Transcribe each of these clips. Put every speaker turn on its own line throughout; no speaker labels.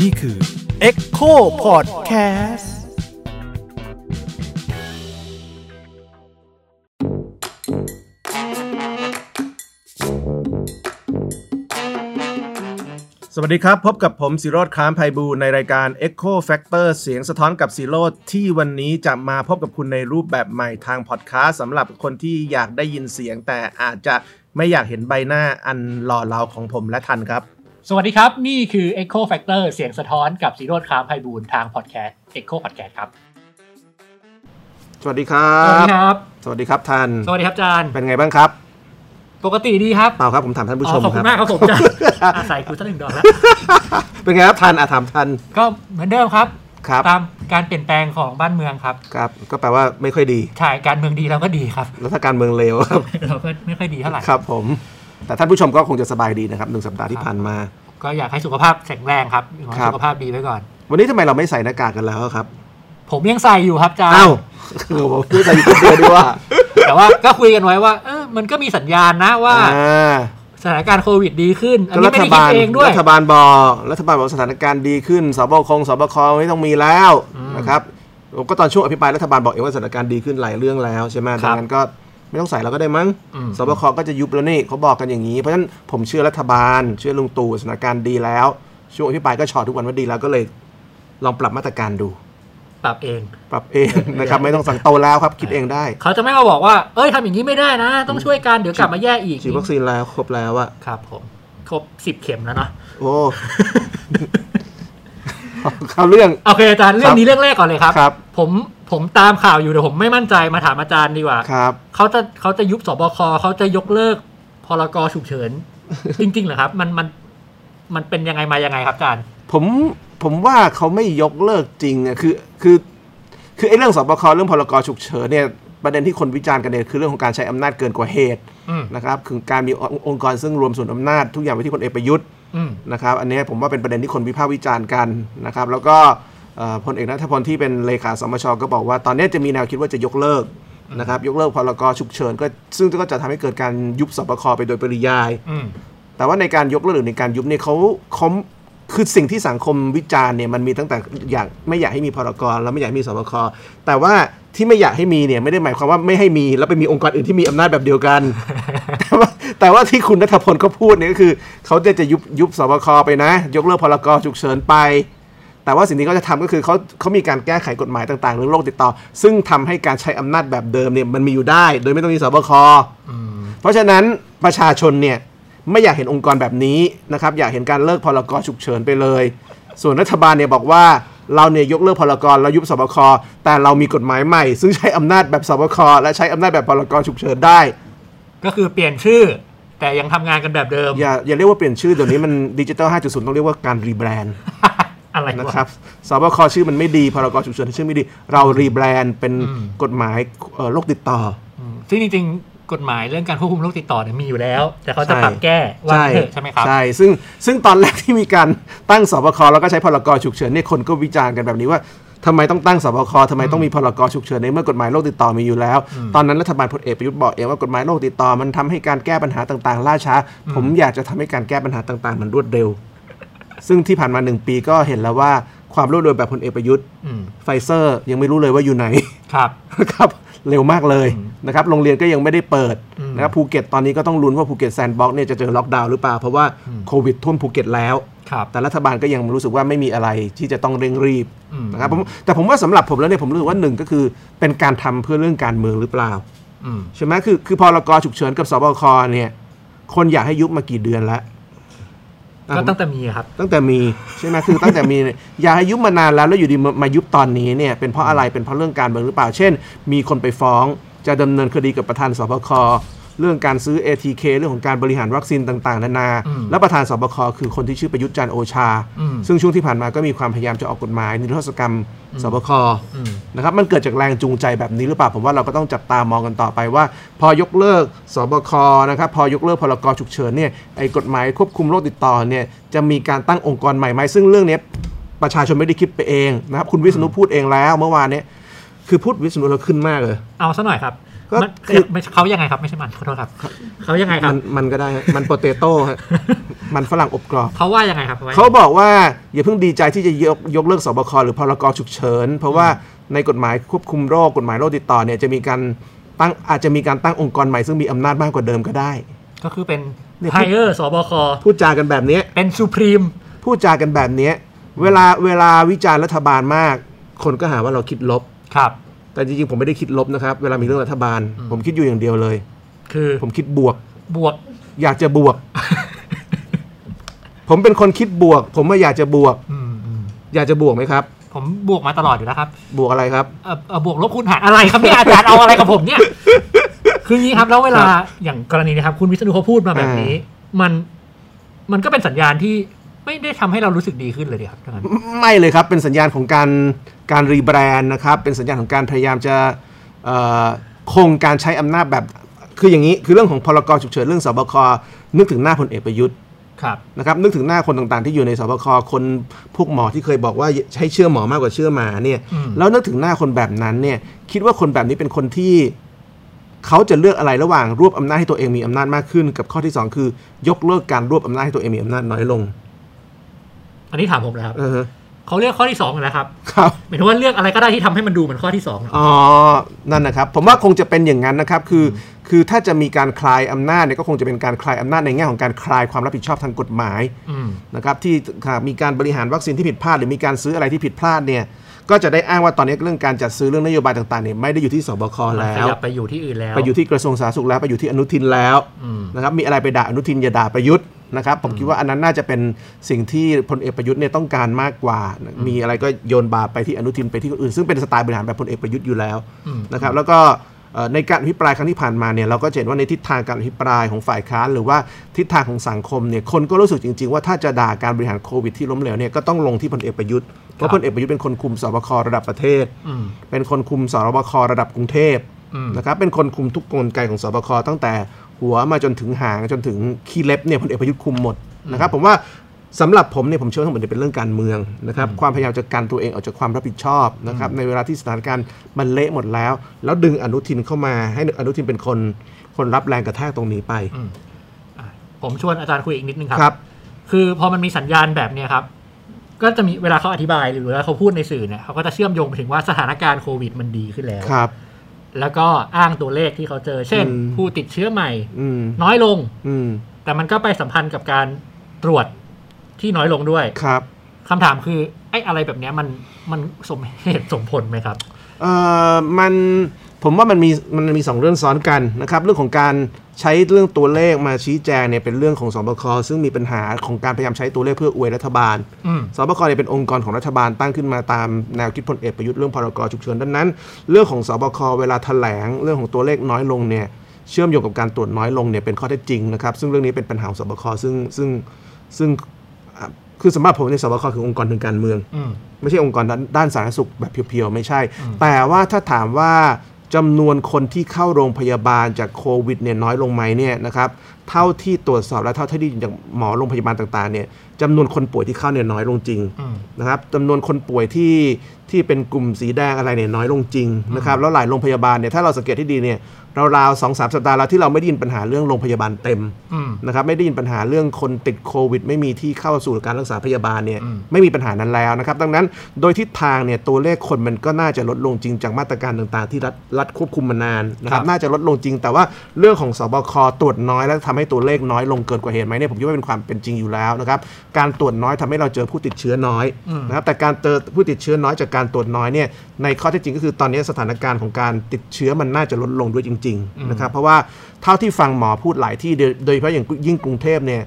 นี่คือ Echo Podcast สวัสดีครับ พบกับผมสิโรธค้ามไพบูลย์ในรายการ Echo Factor เสียงสะท้อนกับสิโรธที่วันนี้จะมาพบกับคุณในรูปแบบใหม่ทางพอดแคสต์สำหรับคนที่อยากได้ยินเสียง แต่อาจจะไม่อยากเห็นใบหน้าอันหล่อเหลาของผมและทันครับ
สวัสดีครับ นี่คือ Echo Factor เสียงสะท้อนกับสีโรดคามไพบูลย์ทางพอดแคสต์ Echo Podcast ครับ
สวัสดีครั
สวัส
บ
ดีครับ
สวัสดีครับทัน
สวัสดีครับจาน
เป็นไงบ้างครับ
ปกติดีครับ
เปล่าครับผมถามท่านผู้ชม
อ๋อขอบ
ค
คุ
รับ
ณมากครับผมจานอาศัยกูสักหนึ่งดอกแล้ว
เป็นไงครับทันอาถามทัน
ก็เหมือนเดิมครับ
ครับ
ตามการเปลี่ยนแปลงของบ้านเมืองครับ
ครับ ก็แปลว่าไม่ค่อยดี
ถ่ายการเมืองดีเราก็ดีครับ
แล้วถ้าการเมืองเลวครับ
เราก็ไม่ค่อยดีเท่าไหร่
ครับผม แต่ท่านผู้ชมก็คงจะสบายดีนะครับหนึ่งสัปดาห์ที่ผ่านมา
ก็อยากให้สุขภาพแข็งแรงครับขอให้
ครับ
สุขภาพดีไว้ก่อน
วันนี้ทำไมเราไม่ใส่หน้ากากกันแล้วครับ
ผมยังใส่อยู่ครับจาน
อ้าว คือผมไม่ใส่อยู่คนเดียวดีกว่า
แต่ว่าก็คุยกันไว้ว่าเออมันก็มีสัญญาณนะว่า
อ่า
สถานการณ์โควิดดีขึ้น อัน
ก็
นี้
รั
ไม่
ฐ
ได้คิ
บา
ด
ล
เองด้วย
รัฐบาลบอกรัฐบาลบอกสถานการณ์ดีขึ้นสบคงสบคไม่ต้องมีแล้ว
อืม
นะครับผมก็ตอนช่วงอภิปรายรัฐบาลบอกเองว่าสถานการณ์ดีขึ้นหลายเรื่องแล้วใช่ไหม
ค
ดั
รั
ง
บ
นั้นก็ไม่ต้องใส่เราก็ได้มั้ง
อืม
สบคก็จะยุบแล้วนี่เขาบอกกันอย่างนี้ เพราะฉะนั้นผมเชื่อรัฐบาล เชื่อลุงตู่สถานการณ์ดีแล้ว ช่วงอภิปรายก็ชอตทุกวันว่าดีแล้วก็เลย ลองปรับมาตรการดู
ปรับเอง
ปรับเอง นะครับ ไม่ต้องสั่งโตแล้วครับ คิดเองได้
เขาจะไม่มาบอกว่า เอ้ยทำอย่างนี้ไม่ได้นะ ต้องช่วยกัน เดี๋ยวกลับมาแย่อีก
ฉีดวัคซีนแล้วครบแล้วอะ
ครับผม ครบสิบเข็มแล้วเนาะ
โอ้ เข้าเรื่อง
โอเคอาจารย์ เรื่องนี้เรื่องแรกก่อนเลยครับ
ครับ
ผม ผมตามข่าวอยู่แต่ผมไม่มั่นใจมาถามอาจารย์ดีกว่า
ครับ
เขาจะเขาจะยุบสบคเขาจะยกเลิก พรกฉุกเฉิน จริงๆเหรอครับ มัน มัน มันเป็นยังไงมายังไงครับอาจารย์
ผมผมว่าเขาไม่ยกเลิกจริงอะคือคือคือไอ้เรื่องสบคเรื่องพลกรฉุกเฉินเนี่ยประเด็นที่คนวิจารณ์กันเนี่ยคือเรื่องของการใช้อำนาจเกินกว่าเหตุ
อืม
นะครับคือการมีององค์กรซึ่งรวมส่วนอำนาจทุกอย่างไว้ที่พลเอกประยุทธ์
อืม
นะครับอันนี้ผมว่าเป็นประเด็นที่คนวิพากษ์วิจารณ์กันนะครับแล้วก็เอ่อพลเอกนัทพลที่เป็นเลขาสมชก็บอกว่า ตอนนี้จะมีแนวคิดว่าจะยกเลิกนะครับยกเลิกพรกฉุกเฉินก็ซึ่งก็จะทำให้เกิดการยุบสบคไปโดยปริยาย
อืม
แต่ว่าในการยกเลิกหรือในการยุบเนี่ยเขาเขาคือสิ่งที่สังคมวิจารณ์เนี่ยมันมีตั้งแต่อยากไม่อยากให้มีพรกแล้วไม่อยากให้มีสบคแต่ว่าที่ไม่อยากให้มีเนี่ยไม่ได้หมายความว่าไม่ให้มีแล้วไปมีองค์กรอื่นที่มีอำนาจแบบเดียวกัน แต่ว่าแต่ว่าที่คุณนัทพลเขาพูดเนี่ยก็คือเขาจะจะยุบยุบสบคไปนะ ยกเลิกพรกฉุกเฉินไป แต่ว่าสิ่งที่เขาจะทำก็คือเขาเขามีการแก้ไขกฎหมายต่างๆเรื่องโรคติดต่อ ซึ่งทำให้การใช้อำนาจแบบเดิมเนี่ยมันมีอยู่ได้ โดยไม่ต้องมีสบค
อืม
เพราะฉะนั้นประชาชนเนี่ยไม่อยากเห็นองค์กรแบบนี้นะครับอยากเห็นการเลิกพลกรฉุกเฉินไปเลย ส่วนรัฐบาลเนี่ยบอกว่าเราเนี่ยยกเลิกพลกรเรายุบสบคแต่เรามีกฎหมายใหม่ ซึ่งใช้อำนาจแบบสบคและใช้อำนาจแบบพลกรฉุกเฉินได้
ก็คือเปลี่ยนชื่อ แต่ยังทำงานกันแบบเดิม
อย่าอย่าเรียกว่าเปลี่ยนชื่อเดี๋ยวนี้มันดิจิตอล5.0 ต้องเรียกว่าการรีแบรนด์
อะไร
นะ
วะ
ครับสบคชื่อมันไม่ดีพลกรฉุกเฉินชื่อไม่ดี เรารีแบรนด์เป็น
อืม
กฎหมายเอ่อโรคติดต่อ
อืมซึ่งจริงๆ กฎหมายเรื่องการควบคุมโรคติดต่อเนี่ยมีอยู่แล้ว แต่เขาจะ
ใช่
ปรับแก้ว่าเถอะใช่ไหมครับ
ใช่ ซึ่งซึ่งตอนแรกที่มีการตั้งสบคแล้วก็ใช้พรกฉุกเฉินเนี่ยคนก็วิจารณ์กันแบบนี้ว่าทำไมต้องตั้งสบคทำไมต้องมีพรกฉุกเฉินในเมื่อกฎหมายโรคติดต่อมีอยู่แล้ว ตอนนั้นรัฐบาลพลเอกประยุทธ์บอกเองว่ากฎหมายโรคติดต่อมันทำให้การแก้ปัญหาต่างๆ ล่าช้า ผมอยากจะทำให้การแก้ปัญหาต่างๆ มันรวดเร็ว ซึ่งที่ผ่านมาหนึ่งปีก็เห็นแล้วว่าความรวดเร็วแบบพลเอกประยุทธ์
อืม
ไฟเซอร์ยังไม่รู้เลยว่าอยู่ไหน
ครับ
นะครับเร็วมากเลยนะครับโรงเรียนก็ยังไม่ได้เปิดนะครับภูเก็ตตอนนี้ก็ต้องลุ้นว่าภูเก็ตแซนด์บ็อกซ์เนี่ยจะเจอล็อกดาวน์หรือเปล่า เพราะว่าโควิดท่วมภูเก็ตแล้ว
ครับ
แต่รัฐบาลก็ยังรู้สึกว่าไม่มีอะไรที่จะต้องเร่งรีบ
อืม
นะครับผมแต่ผมว่าสำหรับผมแล้วเนี่ยผมรู้สึกว่าหนึ่งก็คือเป็นการทำเพื่อเรื่องการเมืองหรือเปล่า
อืม
ใช่ไหมคือคือพรกฉุกเฉินกับสบคเนี่ยคนอยากให้ยุบมากี่เดือนแล้วอ่ะ
ก็
ผม
ตั้งแต่มีครับ
ตั้งแต่มีใช่ไหมคือตั้งแต่มีเนี่ยอยากให้ยุบมานานแล้วแล้วอยู่ดีมามายุบตอนนี้เนี่ยเป็นเพราะอะไรเป็นเพราะเรื่องการเมืองหรือเปล่า เช่น มีคนไปฟ้องจะดำเนินคดีกับประธานสบคเรื่องการซื้อ ATK เรื่องของการบริหารวัคซีนต่างๆนานา
อืม
และประธานสบคคือคนที่ชื่อประยุทธ์จันทร์โอชา
อืม
ซึ่งช่วงที่ผ่านมาก็มีความพยายามจะออกกฎหมายนิรโทษกรรมสบค
อืม
นะครับมันเกิดจากแรงจูงใจแบบนี้หรือเปล่า ผมว่าเราก็ต้องจับตามองกันต่อไปว่า พอยกเลิกสบคนะครับพอยกเลิกพรกฉุกเฉินเนี่ยไอ้กฎหมายควบคุมโรคติดต่อเนี่ยจะมีการตั้งองค์กรใหม่ไหมซึ่งเรื่องเนี้ยประชาชนไม่ได้คิดไปเองนะครับคุณวิษณุพูดเองแล้วเมื่อวานเนี้ยคือพูดวิษณุเราขึ้นมากเลย
เอาซะหน่อยครับ
ก็
มัน
คือ
ไม่เขายังไงครับ ไม่ใช่มันขอโทษครับ เขายังไงค
มั
รับ
นมันก็ได้ฮะมันโปเตโต้ฮะ มันฝรั่งอบกรอบ
เขาว่ายังไงครับไว้
เขาบอกว่าอย่าเพิ่งดีใจที่จะยกยกเลิกสบคหรือพรกฉุกเฉิน เพราะว่าในกฎหมายควบคุมโรคกฎหมายโรคติดต่อเนี่ยจะมีการตั้งอาจจะมีการตั้งองค์กรใหม่ซึ่งมีอำนาจมากกว่าเดิมก็ได้
ก็คือเป็น
เนี่ย
ไฮเออร์สบค
พูดจากันแบบเนี้ย
เป็นซูพรีม
พูดจากันแบบเนี้ยเวลาเวลาวิจารณ์รัฐบาลมาก คนก็หาว่าเราคิดลบ
ครับ
แต่จริงๆผมไม่ได้คิดลบนะครับ เวลามีเรื่องรัฐบาล
อืม
ผมคิดอยู่อย่างเดียวเลย
คือ
ผมคิดบวก
บวก
อยากจะบวก ผมเป็นคนคิดบวก ผมว่าอยากจะบวก
อืมอืม
อยากจะบวกไหมครับ
ผมบวกมาตลอดอยู่แล้วครับ
บวกอะไรครับ
เอ่อเอ่อบวกลบคูณหารอะไรครับเนี่ยอาจารย์เอาอะไรกับผมเนี่ย คืออย่างนี้ครับแล้วเวลาอย่างกรณีนะครับ คุณวิษณุเขาพูดมาแบบนี้ มันมันก็เป็นสัญญาณที่ไม่ได้ทำให้เรารู้สึกดีขึ้นเลยดีครับทั้งนั้น
ไม่เลยครับ เป็นสัญญาณของการการรีแบรนด์นะครับ เป็นสัญญาณของการพยายามจะเอ่อคงการใช้อำนาจแบบ คืออย่างนี้ คือเรื่องของพรกฉุกเฉินเรื่องสบค นึกถึงหน้าพลเอกประยุทธ์
ครับ
นะครับ นึกถึงหน้าคนต่างๆ ที่อยู่ในสบค คนพวกหมอที่เคยบอกว่าใช้เชื่อหมอมากกว่าเชื่อหมาเนี่ย
อืม
แล้วนึกถึงหน้าคนแบบนั้นเนี่ย คิดว่าคนแบบนี้เป็นคนที่เขาจะเลือกอะไรระหว่างรวบอำนาจให้ตัวเองมีอำนาจมากขึ้น กับข้อที่สองคือยกเลิกการรวบอำนาจให้ตัวเองมีอำนาจน้อยลง
อันนี้ถามผมนะครับ
เออ
เขาเลือกข้อที่สองนะครับ
ครับ
หมายถึงว่าเลือกอะไรก็ได้ที่ทำให้มันดูเหมือนข้อที่สองอะ
อ๋อ นั่นนะครับ ผมว่าคงจะเป็นอย่างนั้นนะครับ คือ คือถ้าจะมีการคลายอำนาจเนี่ยก็คงจะเป็นการคลายอำนาจในแง่ของการคลายความรับผิดชอบทางกฎหมาย
อืม
นะครับ ที่หากมีการบริหารวัคซีนที่ผิดพลาด หรือมีการซื้ออะไรที่ผิดพลาดเนี่ย ก็จะได้อ้างว่าตอนนี้เรื่องการจัดซื้อเรื่องนโยบายต่างๆเนี่ยไม่ได้อยู่ที่สบคแล้
ข
ว
ยับไปอยู่ที่อื่นแล้ว
ไปอยู่ที่กระทรวงสาธารณสุขแล้วไปอยู่ที่อนุทินแล้ว
อืม
นะครับ มีอะไรไปด่าอนุทินอย่าด่าประยุทธ์นะครับ ผมคิดว่าอันนั้นน่าจะเป็นสิ่งที่พลเอกประยุทธ์เนี่ยต้องการมากกว่า มีอะไรก็โยนบาปไปที่อนุทินไปที่คนอื่น ซึ่งเป็นสไตล์บริหารแบบพลเอกประยุทธ์อยู่แล้ว
อืม
นะครับแล้วก็เอ่อในการอภิปรายครั้งที่ผ่านมาเนี่ยเราก็จะเห็นว่าในทิศทางการอภิปรายของฝ่ายค้านหรือว่าทิศทางของสังคมเนี่ยคนก็รู้สึกจริง ๆ ว่าถ้าจะด่าการบริหารโควิดที่ล้มเหลวเนี่ยก็ต้องลงที่พลเอกประยุทธ์เพราะพลเอกประยุทธ์เป็นคนคุมสบคระดับประเทศ
อืม
เป็นคนคุมสบคระดับกรุงเทพ
อืม
นะครับเป็นคนคุมทุกกลไกของสบคตั้งแต่หัวมาจนถึงหางจนถึงขี้เล็บเนี่ยพลเอกประยุทธ์คุมหมดนะครับผมว่าสำหรับผมเนี่ยผมเชื่อว่าทั้งหมดเนี่ยเป็นเรื่องการเมืองนะครับความพยายามจะกันตัวเองออกจากความรับผิดชอบนะครับในเวลาที่สถานการณ์มันเละหมดแล้ว แล้วดึงอนุทินเข้ามาให้อนุทินเป็นคนคนรับแรงกระแทกตรงนี้ไป
อืมอ่ะผมชวนอาจารย์คุยอีกนิดนึงครับ
ครับ
คือพอมันมีสัญญาณแบบเนี้ยครับ ก็จะมีเวลาเขาอธิบายหรือเวลาเขาพูดในสื่อเนี่ยเขาก็จะเชื่อมโยงไปถึงว่าสถานการณ์โควิดมันดีขึ้นแล้ว
ครับ
แล้วก็อ้างตัวเลขที่เขาเจอ เช่น
อืม
ผู้ติดเชื้อใหม่
อืม
น้อยลง
อืม
แต่มันก็ไปสัมพันธ์กับการตรวจที่น้อยลงด้วย
ครับ
คำถามคือไอ้อะไรแบบเนี้ยมันมันสมเหตุสมผลไหมครับ
เอ่อมันผมว่ามันมีมันมีสองเรื่องซ้อนกันนะครับเรื่องของการใช้เรื่องตัวเลขมาชี้แจงเนี่ยเป็นเรื่องของสบคซึ่งมีปัญหาของการพยายามใช้ตัวเลขเพื่ออวยรัฐบาล
อืม
สบคเนี่ยเป็นองค์กรของรัฐบาลตั้งขึ้นมาตามแนวคิดพลเอกประยุทธ์เรื่องพรกฉุกเฉินดังนั้น เรื่องของสบคเวลาแถลงเรื่องของตัวเลขน้อยลงเนี่ยเชื่อมโยงกับการตรวจน้อยลงเนี่ยเป็นข้อเท็จจริงนะครับซึ่งเรื่องนี้เป็นปัญหาของสบคซึ่งซึ่งซึ่งอ่ะคือสำหรับผมในยสบคคือองค์กรทางการเมือง
อืม
ไม่ใช่องค์กรด้านด้านสาธารณสุขแบบเพียวๆ ไม่ใช่
อืม
แต่ว่าถ้าถามว่าจำนวนคนที่เข้าโรงพยาบาลจากโควิดเนี่ยน้อยลงไหมเนี่ยนะครับเท่าที่ตรวจสอบและเท่าที่ไดีจากหมอโรงพยาบาลต่างๆเนี่ยจำนวนคนป่วยที่เข้าเนี่ยน้อยลงจริง
อืม
นะครับจำนวนคนป่วยที่ที่เป็นกลุ่มสีแดงอะไรเนี่ยน้อยลงจริงนะครับแล้วหลายโรงพยาบาลเนี่ยถ้าเราสังเกตที่ดีเนี่ยราวๆสองสามสัปดาห์แล้วที่เราไม่ได้ยินปัญหาเรื่องโรงพยาบาลเต็ม
อืม
นะครับไม่ได้ยินปัญหาเรื่องคนติดโควิด ไม่มีที่เข้าสู่การรักษาพยาบาลเนี่ย
อืม
ไม่มีปัญหานั้นแล้วนะครับ ดังนั้นโดยทิศทางเนี่ยตัวเลขคนมันก็น่าจะลดลงจริงจากมาตรการต่างๆ ที่รัฐรัฐควบคุมมานานนะครับน่าจะลดลงจริง แต่ว่าเรื่องของสบคตรวจน้อยแล้วทำให้ตัวเลขน้อยลงเกินกว่าเหตุไหมเนี่ยผมคิดว่าเป็นความเป็นจริงอยู่แล้วนะครับการตรวจน้อยทำให้เราเจอผู้ติดเชื้อน้อยนะครับแต่การเจอผู้ติดเชื้อน้อยจากการตรวจน้อยเนี่ยในข้อเท็จจริงก็คือตอนนี้สถานการณ์ของการติดเชื้อมันน่าจะลดลงด้วยจริงๆนะครับเพราะว่าเท่าที่ฟังหมอพูดหลายที่โดยโดยเฉพาะอย่างยิ่งกรุงเทพเนี่ย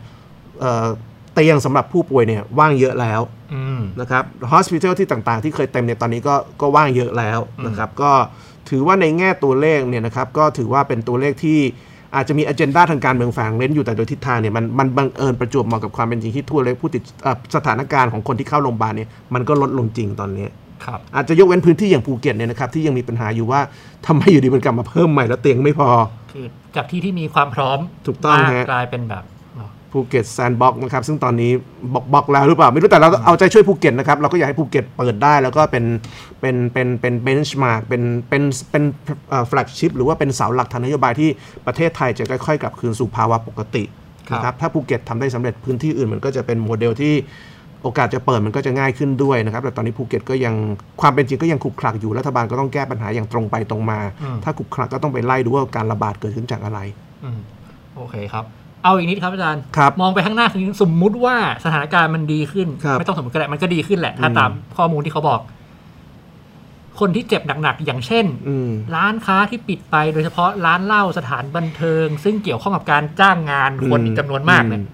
เอ่อเตียงสำหรับผู้ป่วยเนี่ยว่างเยอะแล้ว
อืม
นะครับฮอสพิทอลที่ต่างๆ ที่เคยเต็มเนี่ยตอนนี้ก็ก็ว่างเยอะแล้วนะครับก็ถือว่าในแง่ตัวเลขเนี่ยนะครับก็ถือว่าเป็นตัวเลขที่อาจจะมีอ g e n d a ทางการเมืองแฝงเล่นอยู่แต่โดยทิศทางเนี่ยมันมันบังเอิญประจวบเหมาะกับความเป็นจริงที่ทั่วเลยผู้ติดเอ่อสถานการณ์ของคนที่เข้าโรงพยาบาลเนี่ยมันก็ลดลงจริงตอนนี้
ครับ
อาจจะยกเว้นพื้นที่อย่างภูเก็ตเนี่ยนะครับที่ยังมีปัญหาอยู่ว่าทำไมอยู่ดีมันกลับมาเพิ่มใหม่แล้วเตียงไม่พอ
คือจากที่ที่มีความพร้อม
ถูกต้อง
มาก
ฮะ
กลายเป็นแบบอ๋อ
ภูเก็ตแซนด์บ็อกซ์นะครับซึ่งตอนนี้บอกบอกแล้วหรือเปล่า ไม่รู้แต่เราเอาใจช่วยภูเก็ตนะครับ เราก็อยากให้ภูเก็ตเปิดได้ แล้วก็เป็นเป็นเป็นเป็นเบนช์มาร์กเป็นเป็นเป็นแฟลกชิพหรือว่าเป็นเสาหลักทางนโยบายที่ประเทศไทยจะค่อยๆ กลับคืนสู่ภาวะปกติ
ครับ
นะครับถ้าภูเก็ตทำได้สำเร็จพื้นที่อื่นมันก็จะเป็นโมเดลที่โอกาสจะเปิดมันก็จะง่ายขึ้นด้วยนะครับแต่ตอนนี้ภูเก็ตก็ยังความเป็นจริงก็ยังขลุกขลักอยู่รัฐบาลก็ต้องแก้ปัญหาอย่างตรงไปตรงมา
อืม
ถ้าขลุกขลักก็ต้องไปไล่ดูว่าการระบาดเกิดขึ้นจากอะไร
อืมโอเคครับ เอาอีกนิดครับอาจารย์
ครับ
มองไปข้างหน้าคือสมมุติว่าสถานการณ์มันดีขึ้น
ครับ
ไม่ต้องสมมติก็ได้มันก็ดีขึ้นแหละ ถ้า
อืม
ตามข้อมูลที่เขาบอก คนที่เจ็บหนักๆ อย่างเช่น
อืม
ร้านค้าที่ปิดไปโดยเฉพาะร้านเหล้าสถานบันเทิง ซึ่งเกี่ยวข้องกับการจ้างงานคนอีกจำนวนมากเนี่ย
อืม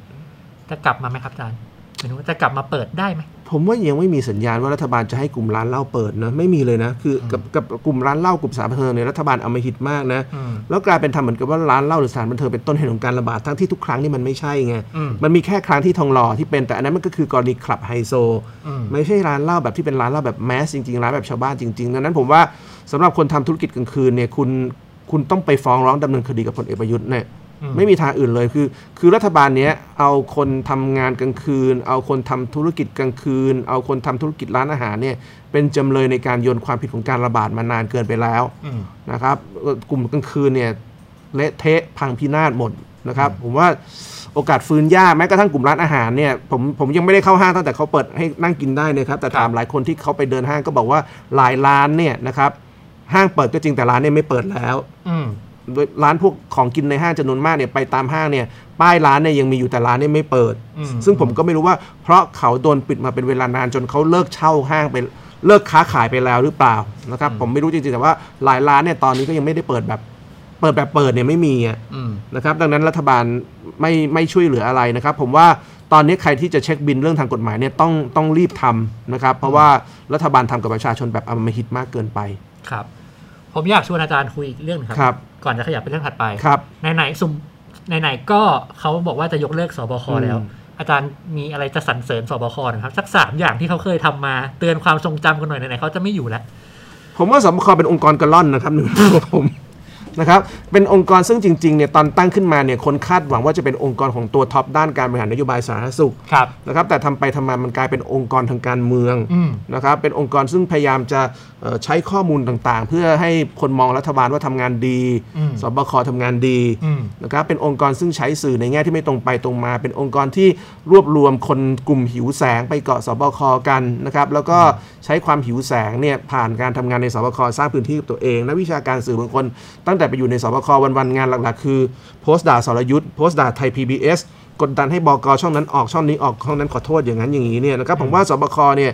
จะกลับมาไหมครับอาจารย์หมายถึงว่าจะกลับมาเปิดได้ไหม
ผมว่ายังไม่มีสัญญาณว่ารัฐบาลจะให้กลุ่มร้านเหล้าเปิดนะไม่มีเลยนะคือกับกับกลุ่มร้านเหล้ากลุ่มสถานบันเทิงเนี่ยรัฐบาลเอามาหิดมากนะ
อืม
แล้วกลายเป็นทำเหมือนกับว่าร้านเหล้าหรือสถานบันเทิงเป็นต้นเหตุของการระบาดทั้งที่ทุกครั้งนี่มันไม่ใช่ไง
อืม
มันมีแค่ครั้งที่ทองหล่อที่เป็นแต่อันนั้นมันก็คือกรณีคลับไฮโซ
อืม
ไม่ใช่ร้านเหล้าแบบที่เป็นร้านเหล้าแบบแมสจริงๆร้านแบบชาวบ้านจริงๆดังนั้นผมว่าสำหรับคนทำธุรกิจกลางคืนเนี่ยคุณคุณต้องไปฟ้องร้องดำเนินคดีกับพลเอกประยุทธ์เนี่ย
อืม
ไม่มีทางอื่นเลยคือ คือรัฐบาลเนี้ยเอาคนทำงานกลางคืน เอาคนทำธุรกิจกลางคืน เอาคนทำธุรกิจร้านอาหารเนี่ยเป็นจำเลยในการโยนความผิดของการระบาดมานานเกินไปแล้ว
อืม
นะครับเอ่อกลุ่มกลางคืนเนี่ยเละเทะพังพินาศหมดนะครับผมว่าโอกาสฟื้นยากแม้กระทั่งกลุ่มร้านอาหารเนี่ยผมผมยังไม่ได้เข้าห้างตั้งแต่เขาเปิดให้นั่งกินได้นะครับแต่ถามหลายคนที่เขาไปเดินห้างก็บอกว่าหลายร้านเนี่ยนะครับห้างเปิดก็จริงแต่ร้านเนี่ยไม่เปิดแล้ว
อืม
โดยร้านพวกของกินในห้างจำนวนมากเนี่ยไปตามห้างเนี่ยป้ายร้านเนี่ยยังมีอยู่แต่ร้านเนี่ยไม่เปิด
อืม
ซึ่งผมก็ไม่รู้ว่าเพราะเขาโดนปิดมาเป็นเวลานานจนเขาเลิกเช่าห้างไปเลิกค้าขายไปแล้วหรือเปล่านะครับผมไม่รู้จริงๆแต่ว่าหลายร้านเนี่ยตอนนี้ก็ยังไม่ได้เปิดแบบ เปิดแบบเปิดเนี่ยไม่มีอะ
อืม
นะครับดังนั้นรัฐบาลไม่ไม่ช่วยเหลืออะไรนะครับ ผมว่าตอนนี้ใครที่จะเช็คบินเรื่องทางกฎหมายเนี่ยต้องต้องรีบทำนะครับ เพราะว่ารัฐบาลทำกับประชาชนแบบอำมหิตมากเกินไป
ครับ ผมอยากชวนอาจารย์คุยอีกเรื่องหนึงค
ครั
รับ ก่อนจะขยับไปเรื่องถัดไป
ครับ
ไหนๆสุ่มไหนๆก็เขาบอกว่าจะยกเลิกสบค
อืม
แล้ว อาจารย์มีอะไรจะสรรเสริญสบคนะครับ สักสามอย่างที่เขาเคยทำมาเตือนความทรงจำกันหน่อยไหนๆเขาจะไม่อยู่แล้ว
ผมว่าสบคเป็นองค์กรกระล่อนนะครับห นึ่งผมนะครับเป็นองค์กรซึ่งจริงๆเนี่ยตอนตั้งขึ้นมาเนี่ยคนคาดหวังว่าจะเป็นองค์กรของตัวท็อปด้านการบริหารนโยบายสาธารณสุข
ครับ
นะครับแต่ทำไปทำมามันกลายเป็นองค์กรทางการเมือง
อืม
นะครับเป็นองค์กรซึ่งพยายามจะเอ่อใช้ข้อมูลต่างๆ เพื่อให้คนมองรัฐบาลว่าทำงานดี
อืม
สบคทำงานดี
อืม
นะครับเป็นองค์กรซึ่งใช้สื่อในแง่ที่ไม่ตรงไปตรงมา เป็นองค์กรที่รวบรวมคนกลุ่มหิวแสงไปเกาะสบคกันนะครับแล้วก็ใช้ความหิวแสงเนี่ยผ่านการทำงานในสบคสร้างพื้นที่กับตัวเองนักวิชาการสื่อบางคน ตั้งแต่ไปอยู่ในสบควันๆงานหลักๆ คือโพสต์ด่าสรยุทธ์โพสต์ด่าไทย PBS กดดันให้บกช่องนั้นออกช่องนี้ออกช่องนั้นขอโทษอย่างนั้นอย่างนี้เนี่ยนะครับผมว่าสบคเนี่ย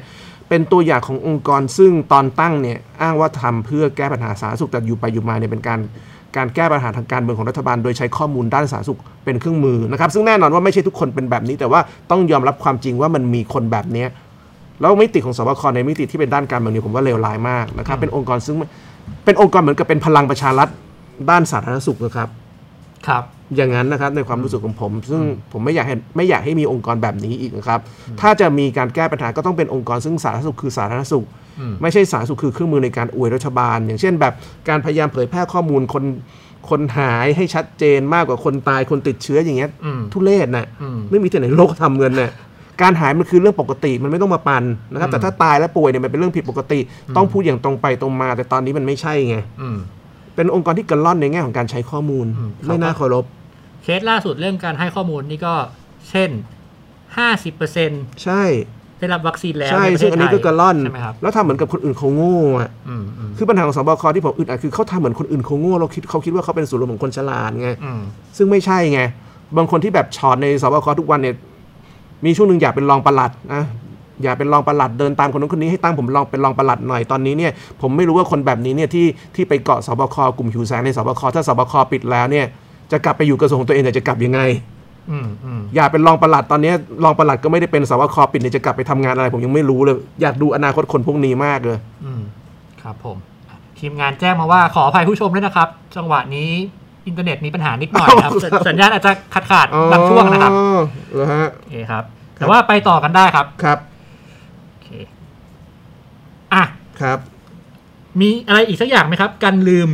เป็นตัวอย่างขององค์กรซึ่งตอนตั้งเนี่ยอ้างว่าทำเพื่อแก้ปัญหาสาธารณสุขแต่อยู่ไปอยู่มาเนี่ยเป็นการ การแก้ปัญหาทางการเมืองของรัฐบาลโดยใช้ข้อมูลด้านสาธารณสุขเป็นเครื่องมือนะครับ ซึ่งแน่นอนว่าไม่ใช่ทุกคนเป็นแบบนี้ แต่ว่าต้องยอมรับความจริงว่ามันมีคนแบบเนี้ยแล้วมิติของสบคในมิติที่เป็นด้านการเมืองเนี่ยผมว่าเลวร้ายมากนะครับเป็นองค์กรซึ่งเป็นองค์กรเหมือนกับเป็นพลังประชารัฐด้านสาธารณสุขนะครับ
ครับ
อย่างนั้นนะครับในความรู้สึกของผม ซึ่งผมไม่อยากเห็นไม่อยากให้มีองค์กรแบบนี้อีกนะครับ ถ้าจะมีการแก้ปัญหาก็ต้องเป็นองค์กรซึ่งสาธารณสุขคือสาธารณสุข
อืม
ไม่ใช่สาธารณสุขคือเครื่องมือในการอวยรัฐบาล อย่างเช่นแบบการพยายามเผยแพร่ข้อมูลคนคนหายให้ชัดเจนมากกว่าคนตายคนติดเชื้ออย่างเงี้ย
อืม
ทุเรศน่ะ
อืม
ไม่มีที่ไหนโลกทำเงินน่ะการหายมันคือเรื่องปกติมันไม่ต้องมาปันนะครับแต่ถ้าตายและป่วยเนี่ยมันเป็นเรื่องผิดปกติ ต้องพูดอย่างตรงไปตรงมา แต่ตอนนี้มันไม่ใช่ไง
อืม
เป็นองค์กรที่กระล่อนในแง่ของการใช้ข้อมูล
อืมครับ
ไม่น่าเคารพ
เคสล่าสุดเรื่องการให้ข้อมูลนี่ก็ เช่นห้าสิบเปอร์เซ็น
ใช่
ได้รับวัคซีนแล้ว
ใช่
นประเทศ
ซึ่งอันนี้ก็กระล่อน
ใช่ไหมครับ
แล้วทำเหมือนกับคนอื่นเขาโง่อะ
อืมอืม
คือปัญหาของสบคที่ผมอึดอัดคือเขาทำเหมือนคนอื่นเขาโง่เราคิดเขาคิดว่าเขาเป็นศูนย์รวมของคนฉลาดไง
อืม
ซึ่งไม่ใช่ไง บางคนที่แบบช็อตในสบคทุกวันเนี่ย มีช่วงหนึ่งอยากเป็นรองปลัดนะ อยากเป็นรองปลัดเดินตามคนนู้นคนนี้ให้ตั้งผมลองเป็นรองปลัดหน่อยตอนนี้เนี่ยผมไม่รู้ว่าคนแบบนี้เนี่ยที่ที่ไปเกาะสบคกลุ่มหิวแสงในสบคถ้าสบคปิดแล้วเนี่ยจะกลับไปอยู่กระทรวงของตัวเองแต่ยจะกลับยังไง
อืมอืม
อยากเป็นรองปลัดตอนนี้รองปลัดก็ไม่ได้เป็นสบคปิดเนี่ยจะกลับไปทำงานอะไร ผมยังไม่รู้เลย อยากดูอนาคตคนพวกนี้มากเลย
อืมครับผมอ่ะทีมงานแจ้งมาว่าขออภัยผู้ชมด้วยนะครับ จังหวะนี้อินเทอร์เน็ตมีปัญหานิดหน่อย ครับ
เอาครับ
สัญสัญญาณอาจจะขาดขาดๆบางช่วงนะครับ
อ๋อเหรอฮะ
โอเคครับ แต่ว่าไปต่อกันได้ครับ
ครับ
โอเคอ่ะ
ครับ
มีอะไรอีกสักอย่างไหมครับ การลืม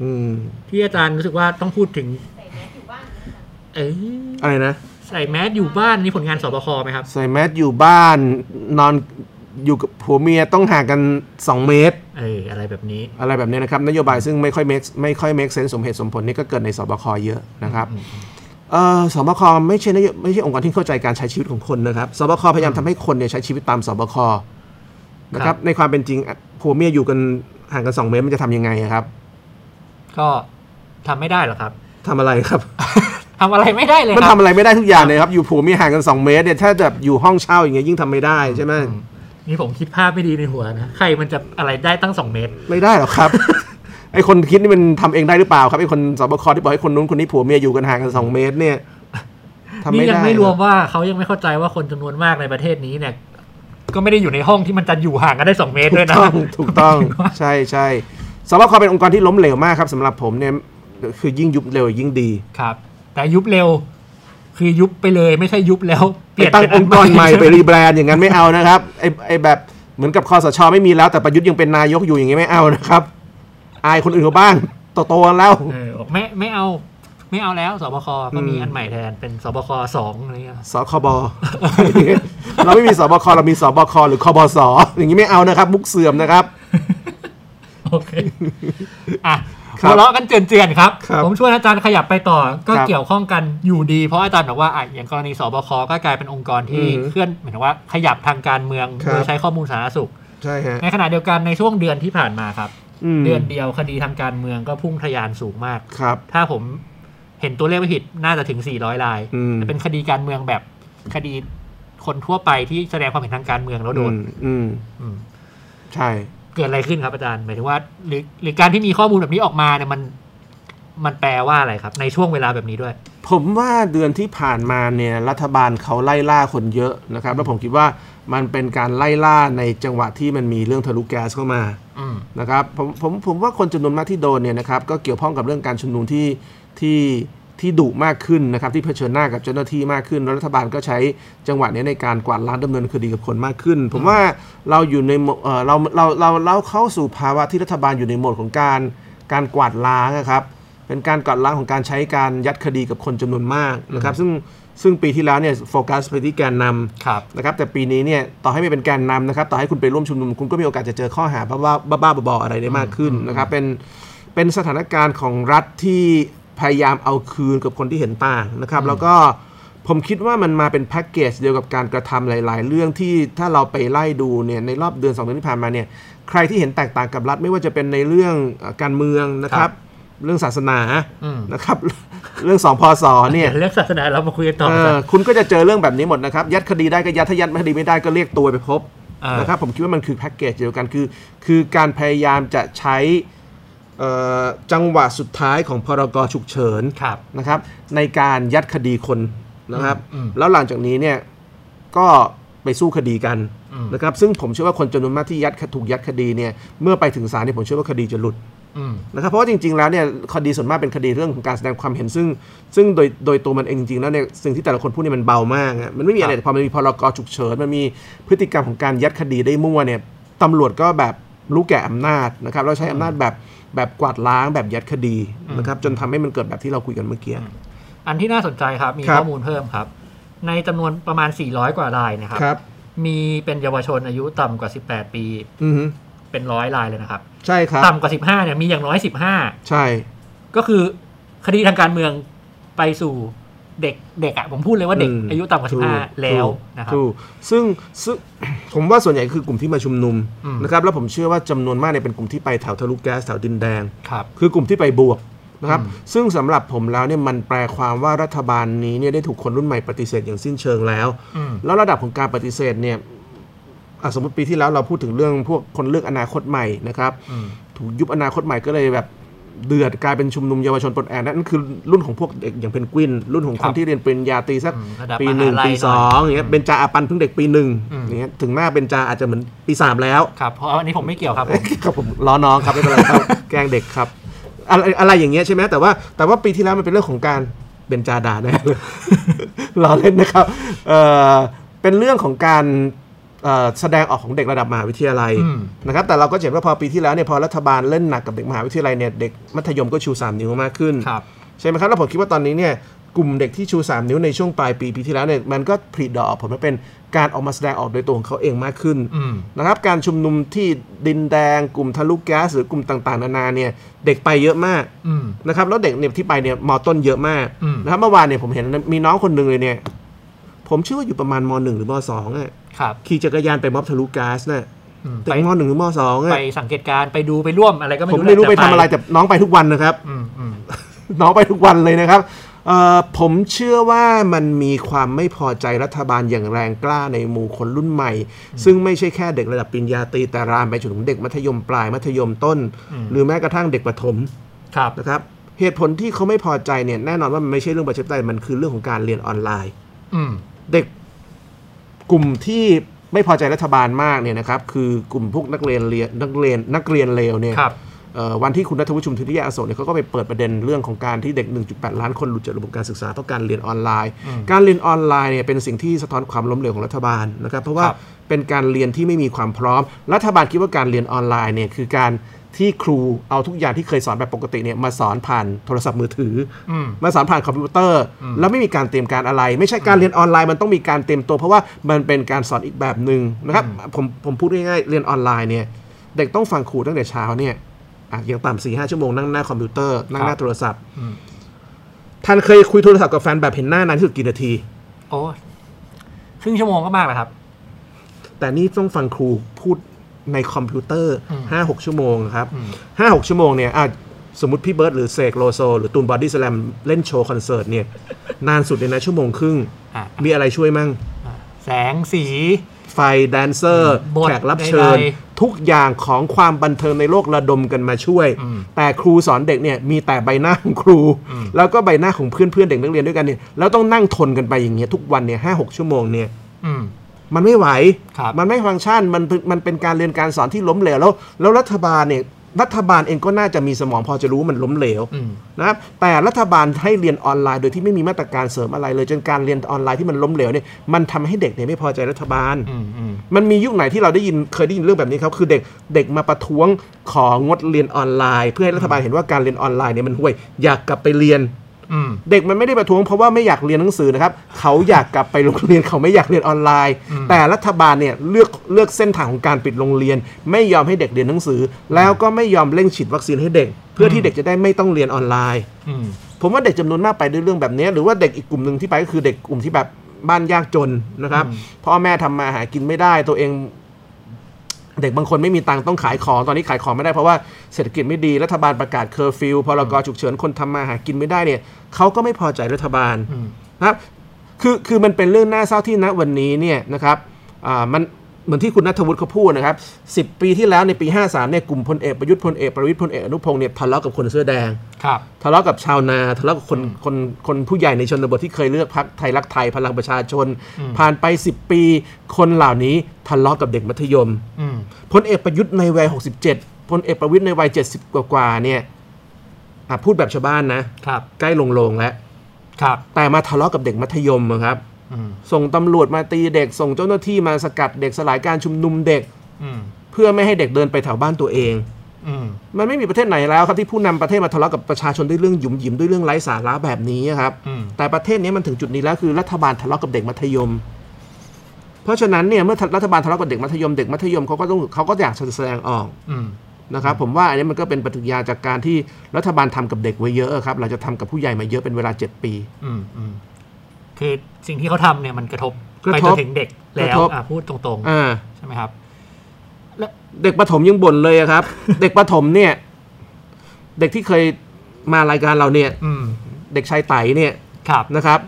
อืม
ที่อาจารย์รู้สึกว่าต้องพูดถึง เออ
อะไรนะ
ใส่แมสอยู่บ้านนี่ผลงานสบคไหมครับ
ใส่แมสอยู่บ้านนอนอยู่กับผัวเมียต้องห่างกัน 2 เมตร
เอออะไรแบบนี้
อะไรแบบนี้นะครับ นโยบายซึ่งไม่ค่อย make ไม่ค่อย make sense สมเหตุสมผลนี่ก็เกิดในสบคเยอะนะครับ เอ่อสบคไม่ใช่นโยไม่ใช่องค์กรที่เข้าใจการใช้ชีวิตของคนนะครับสบคพยายามทำให้คนเนี่ยใช้ชีวิตตามสบคนะค
ครั
รับ
บ
ในความเป็นจริงอ่ะผัวเมียอยู่กันห่างกัน 2 เมตรมันจะทำยังไงอะครับ
ก็ทำไม่ได้หรอกครับ
ทำอะไรครับ
ทำอะไรไม่ได้เลย
มัน
ค
ทำ
รับ
อะไรไม่ได้ทุกอย่างเลยครับ อยู่ผัวเมียห่างกัน 2 เมตรเนี่ยถ้าแบบอยู่ห้องเช่าอย่างเงี้ยยิ่งทำไม่ได้ใช่ไหม
นี่ผมคิดภาพไม่ดีในหัวนะใครมันจะอะไรได้ตั้งสองเมตร
ไม่ได้หรอกครับ ไอคนคิดนี่มันทำเองได้หรือเปล่าครับไอคนสบคที่บอกให้คนนู้นคนนี้ผัวเมียอยู่กันห่างกัน 2 เมตรเนี่ยทำไม่
นี่
ได้
ยังไม่รวมว่าเขายังไม่เข้าใจว่าคนจำนวนมากในประเทศนี้เนี่ย ก็ไม่ได้อยู่ในห้องที่มันจะอยู่ห่างกันได้สองเมตรด้วยนะ
ถูกต้องถูก ต้อง ใช่ใช่สบคเป็นองค์กรที่ล้มเหลวมากครับสำหรับผมเนี่ยคือยิ่งยุบเร็วยิ่งดี
ครับ แต่ยุบเร็ว คือยุบไปเลยไม่ใช่ยุบแล้ว เป
ไป
ลี่ยน
ตั้ง
เป็
อน
น
งค์กรใหม่ไปรีแบรนด์อย่างนั้นไม่เอานะครับไอ้ไอ้แบบเหมือนกับคอสชไม่มีแล้วแต่ประยุทธ์ยังเป็นนายกอยู่อย่างนี้ไม่เอานะครับ อายคนอื่นเขาบ้างโตๆกันแล้ว
เออบอกไม่ไม่เอา ไม่เอาแล้วสบคก็มี
อืม
อันใหม่แทนเป็นสบคสองอะไรเงี้ย
สคบ เราไม่มีสบคเรามีสบคหรือคบสอย่างนี้ไม่เอานะครับ มุกเสื่อมนะครับ
โอเค อ่ะ
ครับ
หัวเราะกันเจือนๆครับ
ครับ
ผมชวนอาจารย์ขยับไปต่อ ก็
ครับ
เกี่ยวข้องกันอยู่ดี เพราะอาจารย์บอกว่าอ่ะอย่างกรณีสบคก็กลายเป็นองค์กรที่
อือฮึ
เคลื่อนหมายถึงว่าขยับทางการเมือง
ครับ
โดยใช้ข้อมูลสาธารณสุข
ใช่ฮะ
ในขณะเดียวกันในช่วงเดือนที่ผ่านมาครับ
ม
เดือนเดียวคดีทางการเมืองก็พุ่งทะยานสูงมาก
ครับ
ถ้าผมเห็นตัวเลขไม่ผิดน่าจะถึง 400ราย
อืม
แต่เป็นคดีการเมืองแบบคดีคนทั่วไปที่แสดงความเห็นทางการเมืองแล้วโดน
อืมอืม
อืม
ใช่
เกิดอะไรขึ้นครับอาจารย์หมายถึงว่า หรือหรือการที่มีข้อมูลแบบนี้ออกมาเนี่ยมัน มันแปลว่าอะไรครับ ในช่วงเวลาแบบนี้ด้วย
ผมว่าเดือนที่ผ่านมาเนี่ยรัฐบาลเขาไล่ล่าคนเยอะนะครับ แล้วผมคิดว่ามันเป็นการไล่ล่าในจังหวะที่มันมีเรื่องทะลุแก๊สเข้ามา
อืม
นะครับผมผมผมว่าคนจำนวนมากที่โดนเนี่ยนะครับก็เกี่ยวข้องกับเรื่องการชุมนุมที่ที่ที่ดุมากขึ้นนะครับที่เผชิญหน้ากับเจ้าหน้าที่มากขึ้นแล้วรัฐบาลก็ใช้จังหวะนี้ในการกวาดล้างดำเนินคดีกับคนมากขึ้น ผมว่าเราอยู่ในโหมเอ่อเราเราเราเราเข้าสู่ภาวะที่รัฐบาลอยู่ในโหมดของการการกวาดล้างนะครับ เป็นการกวาดล้างของการใช้การยัดคดีกับคนจำนวนมากนะครับ ซึ่งซึ่งปีที่แล้วเนี่ยโฟกัสไปที่แกนนำ
ครับ
นะครับ แต่ปีนี้เนี่ยต่อให้ไม่เป็นแกนนำนะครับ ต่อให้คุณไปร่วมชุมนุมคุณก็มีโอกาสจะเจอข้อหาบ้าบ้าบ้าๆบอๆอะไรได้มากขึ้นนะครับ เป็นเป็นสถานการณ์ของรัฐที่พยายามเอาคืนกับคนที่เห็นต่างนะครับ แล้วก็ผมคิดว่ามันมาเป็นแพ็กเกจเดียวกับการกระทำหลาย ๆ เรื่องที่ถ้าเราไปไล่ดูเนี่ยในรอบเดือนสองเดือนที่ผ่านมาเนี่ยใครที่เห็นแตกต่างกับรัฐไม่ว่าจะเป็นในเรื่องเอ่อการเมืองนะค
ครั
รับ
บ
เรื่องศาสนา
อืม
นะครับ เรื่องสองพศเนี่ย
เดี๋ยวเรื่องศาสนาเรามาคุยกันต่อ
เอ
อาจา
อ
รย์
คุณก็จะเจอเรื่องแบบนี้หมดนะครับ ยัดคดีได้ก็ยัดถ้ายัดคดีไม่ได้ก็เรียกตัวไปพบ
เออ
นะครับผมคิดว่ามันคือแพ็กเกจเดียวกันคือ คือการพยายามจะใช้เอ่อจังหวะสุดท้ายของพรกฉุกเฉิน
ครับ
นะครับในการยัดคดีคนนะครับ
อืมอืม
แล้วหลังจากนี้เนี่ยก็ไปสู้คดีกัน
อืม
นะครับ ซึ่งผมเชื่อว่าคนจำนวนมากที่ยัดถูกยัดคดีเนี่ยเมื่อไปถึงศาลเนี่ยผมเชื่อว่าคดีจะหลุด
อืม
นะครับเพราะว่าจริงๆ แล้วเนี่ยคดีส่วนมากเป็นคดีเรื่องของการแสดงความเห็นซึ่ง ซึ่งโดยโดยตัวมันเองจริงๆแล้วเนี่ยสิ่งที่แต่ละคนพูดเนี่ยมันเบามากอะมันไม่มีอะไร
ครับ
แต่พอมันมีพรกฉุกเฉินมันมีพฤติกรรมของการยัดคดีได้มั่วเนี่ยตำรวจก็แบบรู้แก่อำนาจนะครับแล้วใช้อำนาจแบบแบบกวาดล้างแบบยัดคดีนะครับจนทำให้มันเกิดแบบที่เราคุยกันเมื่อกี้
อันที่น่าสนใจครับ มี
ครับ
ข้อมูลเพิ่มครับ ในจำนวนประมาณ 400 กว่ารายนะครับ
ครับ
มีเป็นเยาวชนอายุต่ำกว่า 18 ปี
อือฮึ
เป็นร้อยรายเลยนะครับ
ใช่ครับ
ต่ำกว่า 15เนี่ยมีอย่างน้อย
ใช่
15 ก็คือคดีทางการเมืองไปสู่เด็กเด็กอะผมพูดเลยว่าเด็กอายุต่ำกว่า
ถู
15 แล้วนะครับ
ถูกซึ่งซึ่งผมว่าส่วนใหญ่คือกลุ่มที่มาชุมนุม
อืม
นะครับแล้วผมเชื่อว่าจำนวนมากเนี่ยเป็นกลุ่มที่ไปแถวทะลุแก๊สแถวดินแดง
ครับ
คือกลุ่มที่ไปบวกนะครับ
อืม
ซึ่งสำหรับผมแล้วเนี่ยมันแปลความว่ารัฐบาลนี้เนี่ยได้ถูกคนรุ่นใหม่ปฏิเสธอย่างสิ้นเชิงแล้ว
อืม
แล้วระดับของการปฏิเสธเนี่ยอ่ะสมมติปีที่แล้วเราพูดถึงเรื่องพวกคนเลือกอนาคตใหม่นะครับ
อืม
ถูกยุบอนาคตใหม่ก็เลยแบบเดือดกลายเป็นชุมนุมเยาวชนปลดแอกนั่นคือรุ่นของพวกเด็กอย่างเพนกวิน รุ่นของ
ค
ค
รั
น
บ
ที่เรียนปริญญาตรีสัก
อืมระดับ
ปีหนึ่ง
มหาลัย
ปีสองอย่างเงี้ยเบนจาอาปันเพิ่งเด็กปีหนึ่ง
อืม
อย่างเงี้ยถึงหน้าเบนจาอาจจะเหมือนปีสามแล้ว
ครับ เพราะอันนี้ผมไม่เกี่ยวครับผม
ครับผมล้อน้องครับไม่เป็นไรครับ แกล้งเด็กครับ อะไรอะไรอย่างเงี้ยใช่ไหมแต่ว่าแต่ว่าปีที่แล้วมันเป็นเรื่องของการเบนจาดาแน่เลย ล้อเล่นนะครับเอ่อเป็นเรื่องของการเอ่อแสดงออกของเด็กระดับมหาวิทยาลัย
อืม
นะครับแต่เราก็เห็นว่าพอปีที่แล้วเนี่ยพอรัฐบาลเล่นหนักกับเด็กมหาวิทยาลัยเนี่ยเด็กมัธยมก็ชูสามนิ้วมากขึ้น
ครับ
ใช่ไหมครับแล้วผมคิดว่าตอนนี้เนี่ย กลุ่มเด็กที่ชู 3 นิ้วในช่วงปลายปีปีที่แล้วเนี่ยมันก็ผลิดอกออกผลมาเป็นการออกมาแสดงออกโดยตัวของเขาเองมากขึ้น
อืม
นะครับการชุมนุมที่ดินแดง กลุ่มทะลุแก๊สหรือกลุ่มต่างๆ นานาเนี่ยเด็กไปเยอะมาก
อืม
นะครับแล้วเด็กเนี่ยที่ไปเนี่ยมอต้นเยอะมาก
อืม
นะครับเมื่อวานเนี่ยผมเห็นมีน้องคนหนึ่งเลยเนี่ยผมเชื่อว่าอยู่ประมาณมหนึ่งหรือมสองอะ
ครับ
ขี่จักรยานไปม็อบทะลุแก๊สน่ะ
อืม
ตึ
ไป
กมหนึ่งหรือมสอง
ไป
อะ
สังเกตการณ์ไปดูไปร่วมอะไรก็ไม่
ผม
รู้
ไม่รู้
แหล
ไปทำอะไรแต่น้องไปทุกวันนะครับ
อืมอืม
น้องไปทุกวันเลยนะครับเอ่อผมเชื่อว่ามันมีความไม่พอใจรัฐบาลอย่างแรงกล้าในหมู่คนรุ่นใหม่ ซึ่งไม่ใช่แค่เด็กระดับปริญญาตรีแต่รามไปจนถึงเด็กมัธยมปลายมัธยมต้น หรือแม้กระทั่งเด็กประถม
ครับ
นะครับ เหตุผลที่เขาไม่พอใจเนี่ยแน่นอนว่ามันไม่ใช่เรื่องประชาธิปไตยมันคือเรื่องของการเรียนออนไลน์
อืม
เด็กกลุ่มที่ไม่พอใจรัฐบาลมากเนี่ยนะครับคือกลุ่มพวกนักเรียนเรียนนักเรียนนักเรียนเลวเนี่ย
ครับ
เอ่อวันที่คุณนัทวุฒิชุมธิริยาอโศกเนี่ยเขาก็ไปเปิดประเด็นเรื่องของการที่เด็ก 1.8 ล้านคนหลุดจากระบบการศึกษาเพราะการเรียนออนไลน์ การเรียนออนไลน์เนี่ยเป็นสิ่งที่สะท้อนความล้มเหลวของรัฐบาลนะครับ เพราะว่า
ครับ
เป็นการเรียนที่ไม่มีความพร้อม รัฐบาลคิดว่าการเรียนออนไลน์เนี่ยคือการที่ครูเอาทุกอย่างที่เคยสอนแบบปกติเนี่ยมาสอนผ่านโทรศัพท์มือถือ
อืม
มาสอนผ่านคอมพิวเตอร์ แล้วไม่มีการเตรียมการอะไร ไม่ใช่การเรียนออนไลน์มันต้องมีการเตรียมตัว เพราะว่ามันเป็นการสอนอีกแบบหนึ่งนะครับผมผมพูดง่ายๆเรียนออนไลน์เนี่ยเด็กต้องฟังครูตั้งแต่เช้าเนี่ยอ่ะอย่างต่ำสี่ห้าชั่วโมงนั่งหน้าคอมพิวเตอร์นั่งหน้าโทรศัพท์
อืม
ท่านเคยคุยโทรศัพท์กับแฟนแบบเห็นหน้านานที่สุดกี่นาที
โอ้ครึ่งชั่วโมงก็มากแล้วครับ
แต่นี่ต้องฟังครูพูดในคอมพิวเตอร์
อืม
ห้าหกชั่วโมงครับ
อืม
ห้าหกชั่วโมงเนี่ยอ่ะสมมติพี่เบิร์ดหรือเสกโลโซหรือตูนบอดี้สแลมเล่นโชว์คอนเสิร์ตเนี่ยนานสุดเลยนะชั่วโมงครึ่ง
อ่ะ
มีอะไรช่วยมั่ง
อ่ะแสงสี
ไฟแดนเซอร์
บท
แขกรับเชิญ
ใด
ทุกอย่างของความบันเทิงในโลกระดมกันมาช่วย
อืม
แต่ครูสอนเด็กเนี่ยมีแต่ใบหน้าของครู
อืม
แล้วก็ใบหน้าของเพื่อนเพื่อนๆเด็กนักเรียนด้วยกันเนี่ยแล้วต้องนั่งทนกันไปอย่างเงี้ยทุกวันเนี่ยห้าหกชั่วโมงเนี่ย
อืม
มันไม่ไหว
ครับ
มันไม่ฟังก์ชันมันมันเป็นการเรียนการสอนที่ล้มเหลวแล้ว แล้วรัฐบาลเนี่ยรัฐบาลเองก็น่าจะมีสมองพอจะรู้ว่ามันล้มเหลว
อืม
นะครับแต่รัฐบาลให้เรียนออนไลน์โดยที่ไม่มีมาตรการเสริมอะไรเลยจนการเรียนออนไลน์ที่มันล้มเหลวเนี่ยมันทำให้เด็กเนี่ยไม่พอใจรัฐบาล
อืมอืม
มันมียุคไหนที่เราได้ยินเคยได้ยินเรื่องแบบนี้ครับคือเด็กเด็กมาประท้วงของงดเรียนออนไลน์ เพื่อให้รัฐบาลเห็นว่าการเรียนออนไลน์เนี่ยมันห่วยอยากกลับไปเรียน
อืม
เด็กมันไม่ได้ประท้วงเพราะว่าไม่อยากเรียนหนังสือนะครับเขาอยากกลับไปโรงเรียนเขาไม่อยากเรียนออนไลน์ แต่รัฐบาลเนี่ยเลือกเลือกเส้นทางของการปิดโรงเรียน ไม่ยอมให้เด็กเรียนหนังสือ แล้วก็ไม่ยอมเร่งฉีดวัคซีนให้เด็ก เพื่อที่เด็กจะได้ไม่ต้องเรียนออนไลน์
อืม
ผมว่าเด็กจำนวนมากไปด้วยเรื่องแบบนี้ หรือว่าเด็กอีกกลุ่มหนึ่งที่ไปก็คือเด็กกลุ่มที่แบบบ้านยากจนนะครับพ่อแม่ทำมาหากินไม่ได้ตัวเอง เด็กบางคนไม่มีตังค์ต้องขายของตอนนี้ขายของไม่ได้เพราะว่าเศรษฐกิจไม่ดีรัฐบาลประกาศเคอร์ฟิวพรกฉุกเฉินคนทำมาหากินไม่ได้เนี่ยเขาก็ไม่พอใจรัฐบาล
อืม
นะครับคือคือมันเป็นเรื่องน่าเศร้าที่ณวันนี้เนี่ยนะครับอ่ามันเหมือนที่คุณนัทวุฒิเขาพูดนะครับ 10 ปีที่แล้วในปี 53เนี่ยกลุ่มพลเอกประยุทธ์พลเอกประวิตยพลเอกอนุพงศ์เนี่ยทะเลาะกับคนเสื้อแดง
ครับ
ทะเลาะกับชาวนาทะเลาะกับคนคนคนผู้ใหญ่ในชนบทที่เคยเลือกพักไทยรักไทยพลังประชาชน ผ่านไป 10 ปี คนเหล่านี้ทะเลาะกับเด็กมัธยม
อืม
พลเอกประยุทธ์ในวัย 67พลเอกประวิตยในวัย 70 กว่ากว่าๆเนี่ยอ่ะพูดแบบชาวบ้านนะ
ครับ
ใกล้ลงโลงแล้ว
ครับ
แต่มาทะเลาะกับเด็กมัธยมอะครับ
อืม
ส่งตำรวจมาตีเด็ก ส่งเจ้าหน้าที่มาสกัดเด็กสลายการชุมนุมเด็ก
อืม
เพื่อไม่ให้เด็กเดินไปแถวบ้านตัวเอง
อืม
มันไม่มีประเทศไหนแล้วครับที่ผู้นำประเทศมาทะเลาะกับประชาชนด้วยเรื่องหยุมหยิมด้วยเรื่องไร้สาระแบบนี้ครับ
อืม
แต่ประเทศนี้มันถึงจุดนี้แล้วคือรัฐบาลทะเลาะกับเด็กมัธยม เพราะฉะนั้นเนี่ยเมื่อรัฐบาลทะเลาะกับเด็กมัธยมเด็กมัธยมเขาก็ต้องเขาก็อยากแสดงออก
อืม
นะครับผมว่าอันนี้มันก็เป็นปฏิกิริยาจากการที่รัฐบาลทำกับเด็กไว้เยอะครับเราจะทำกับผู้ใหญ่มาเยอะเป็นเวลา 7 ปี
อืมอืมคือสิ่งที่เขาทำเนี่ยมันกระทบ
กระทบ
ไปจนถึงเด็กแล้
กระ
ว
ทบ
อ่ะพูดตรง
อ่า
ๆ ใช่ไหมครับ
เด็กประถมยังบ่นเลยอะครับ เด็กประถมเนี่ย เด็กที่เคยมารายการเราเนี่ย
อืม
เด็กชายไตเนี่ย
ครับ
นะครับ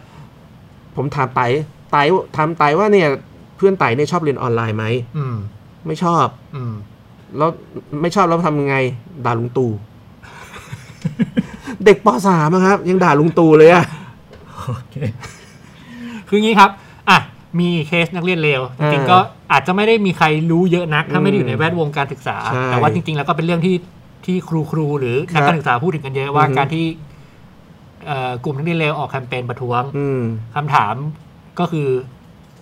ผมถามไตไตถามไตว่าเนี่ยเพื่อนไตเนี่ยชอบเรียนออนไลน์ไหม
อืม
ไม่ชอบ
อืม
แล้วไม่ชอบแล้วทำยังไงด่าลุงตู่ เด็กป .3 นะครับ ยังด่าลุงตู่เลยอะ
โอเคคืองี้ครับ อ่ะ มีเคสนักเรียนเลว จริงๆ ก็อาจจะไม่ได้มีใครรู้เยอะนัก ถ้าไม่ได้อยู่ในแวดวงการศึกษา
ใช่
แต่ว่าจริง ๆ แล้วก็เป็นเรื่องที่ที่ครูครูหรือ
ครั
นัก
บ
การศึกษาพูดถึงกันเยอะว่า
อือฮึ
การที่เอ่อกลุ่มนักเรียนเลวออกแคมเปญประท้วง
อืม
คำถามก็คือ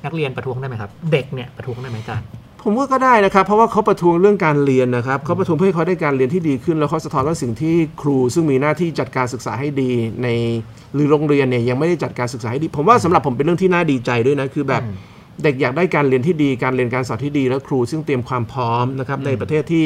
นักเรียนประท้วงได้ไหมครับ เด็กเนี่ยประท้วงได้ไหมอาจารย์
ผ ผมว่าก็ได้นะครับ เพราะว่าเขาประท้วงเรื่องการเรียนนะครับเขาประท้วงเพื่อให้เขาได้การเรียนที่ดีขึ้น แล้วเขาสะท้อนว่าสิ่งที่ครูซึ่งมีหน้าที่จัดการศึกษาให้ดีในหรือโรงเรียนเนี่ยยังไม่ได้จัดการศึกษาให้ดี ผมว่าสำหรับผมเป็นเรื่องที่น่าดีใจด้วยนะคือแบบ เด็กอยากได้การเรียนที่ดีการเรียนการสอนที่ดี และครูซึ่งเตรียมความพร้อมนะครับในประเทศที่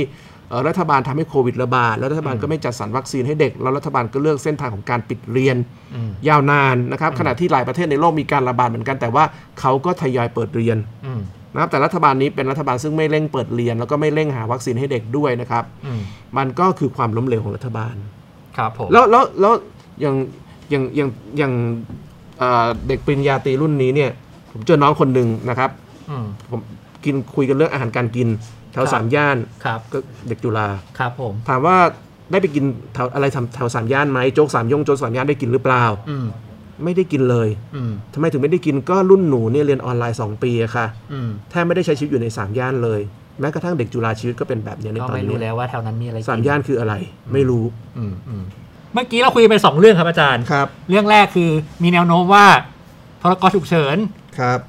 เอ่อรัฐบาลทำให้โควิดระบาดแล้วรัฐบาลก็ไม่จัดสรรวัคซีนให้เด็กแล้วรัฐบาลก็เลือกเส้นทางของการปิดเรียน
อืม
ยาวนานนะครับขณะที่หลายประเทศในโลกมีการระบาดเหมือนกัน แต่ว่าเขาก็ทยอยเปิดเรียน
อืม
นะครับแต่รัฐบาลนี้เป็นรัฐบาลซึ่งไม่เร่งเปิดเรียน แล้วก็ไม่เร่งหาวัคซีนให้เด็กด้วยนะครับ
อืม
มันก็คือความล้มเหลวของรัฐบาล
ครับผม
แล้วแล้วแล้วอย่างอย่างอย่างอย่างเอ่อเด็กปริญญาตรีรุ่นนี้เนี่ยผมเจอน้องคนหนึ่งนะครับ
อืม
ผมกินคุยกันเรื่องอาหารการกินแถว
ครับ
สามย่าน
ครับ
ก็เด็กจุฬา
ครับผม
ถามว่าได้ไปกินแถวอะไรแถวสามย่านไหมโจ๊กสามยงโจ๊กสามย่านได้กินหรือเปล่า
อืม
ไม่ได้กินเลย
อืม
ทำไมถึงไม่ได้กินก็รุ่นหนูเนี่ยเรียนออนไลน์ 2 ปีอะค่ะ
อืม
แทบไม่ได้ใช้ชีวิตอยู่ใน 3 ย่านเลย แม้กระทั่งเด็กจุฬาชีวิตก็เป็นแบบเนี้ยใน
ก็
ตอน
ไม่รู้
นี้
แล้วว่าแถวนั้นมีอะไรกิ
สามย่านคืออะไร ไม่รู้
อืมอืมเมื่อกี้เราคุยไปสองเรื่องครับอาจารย์
ครับ
เรื่องแรกคือมีแนวโน้มว่าพรกฉุกเฉิน
ครับ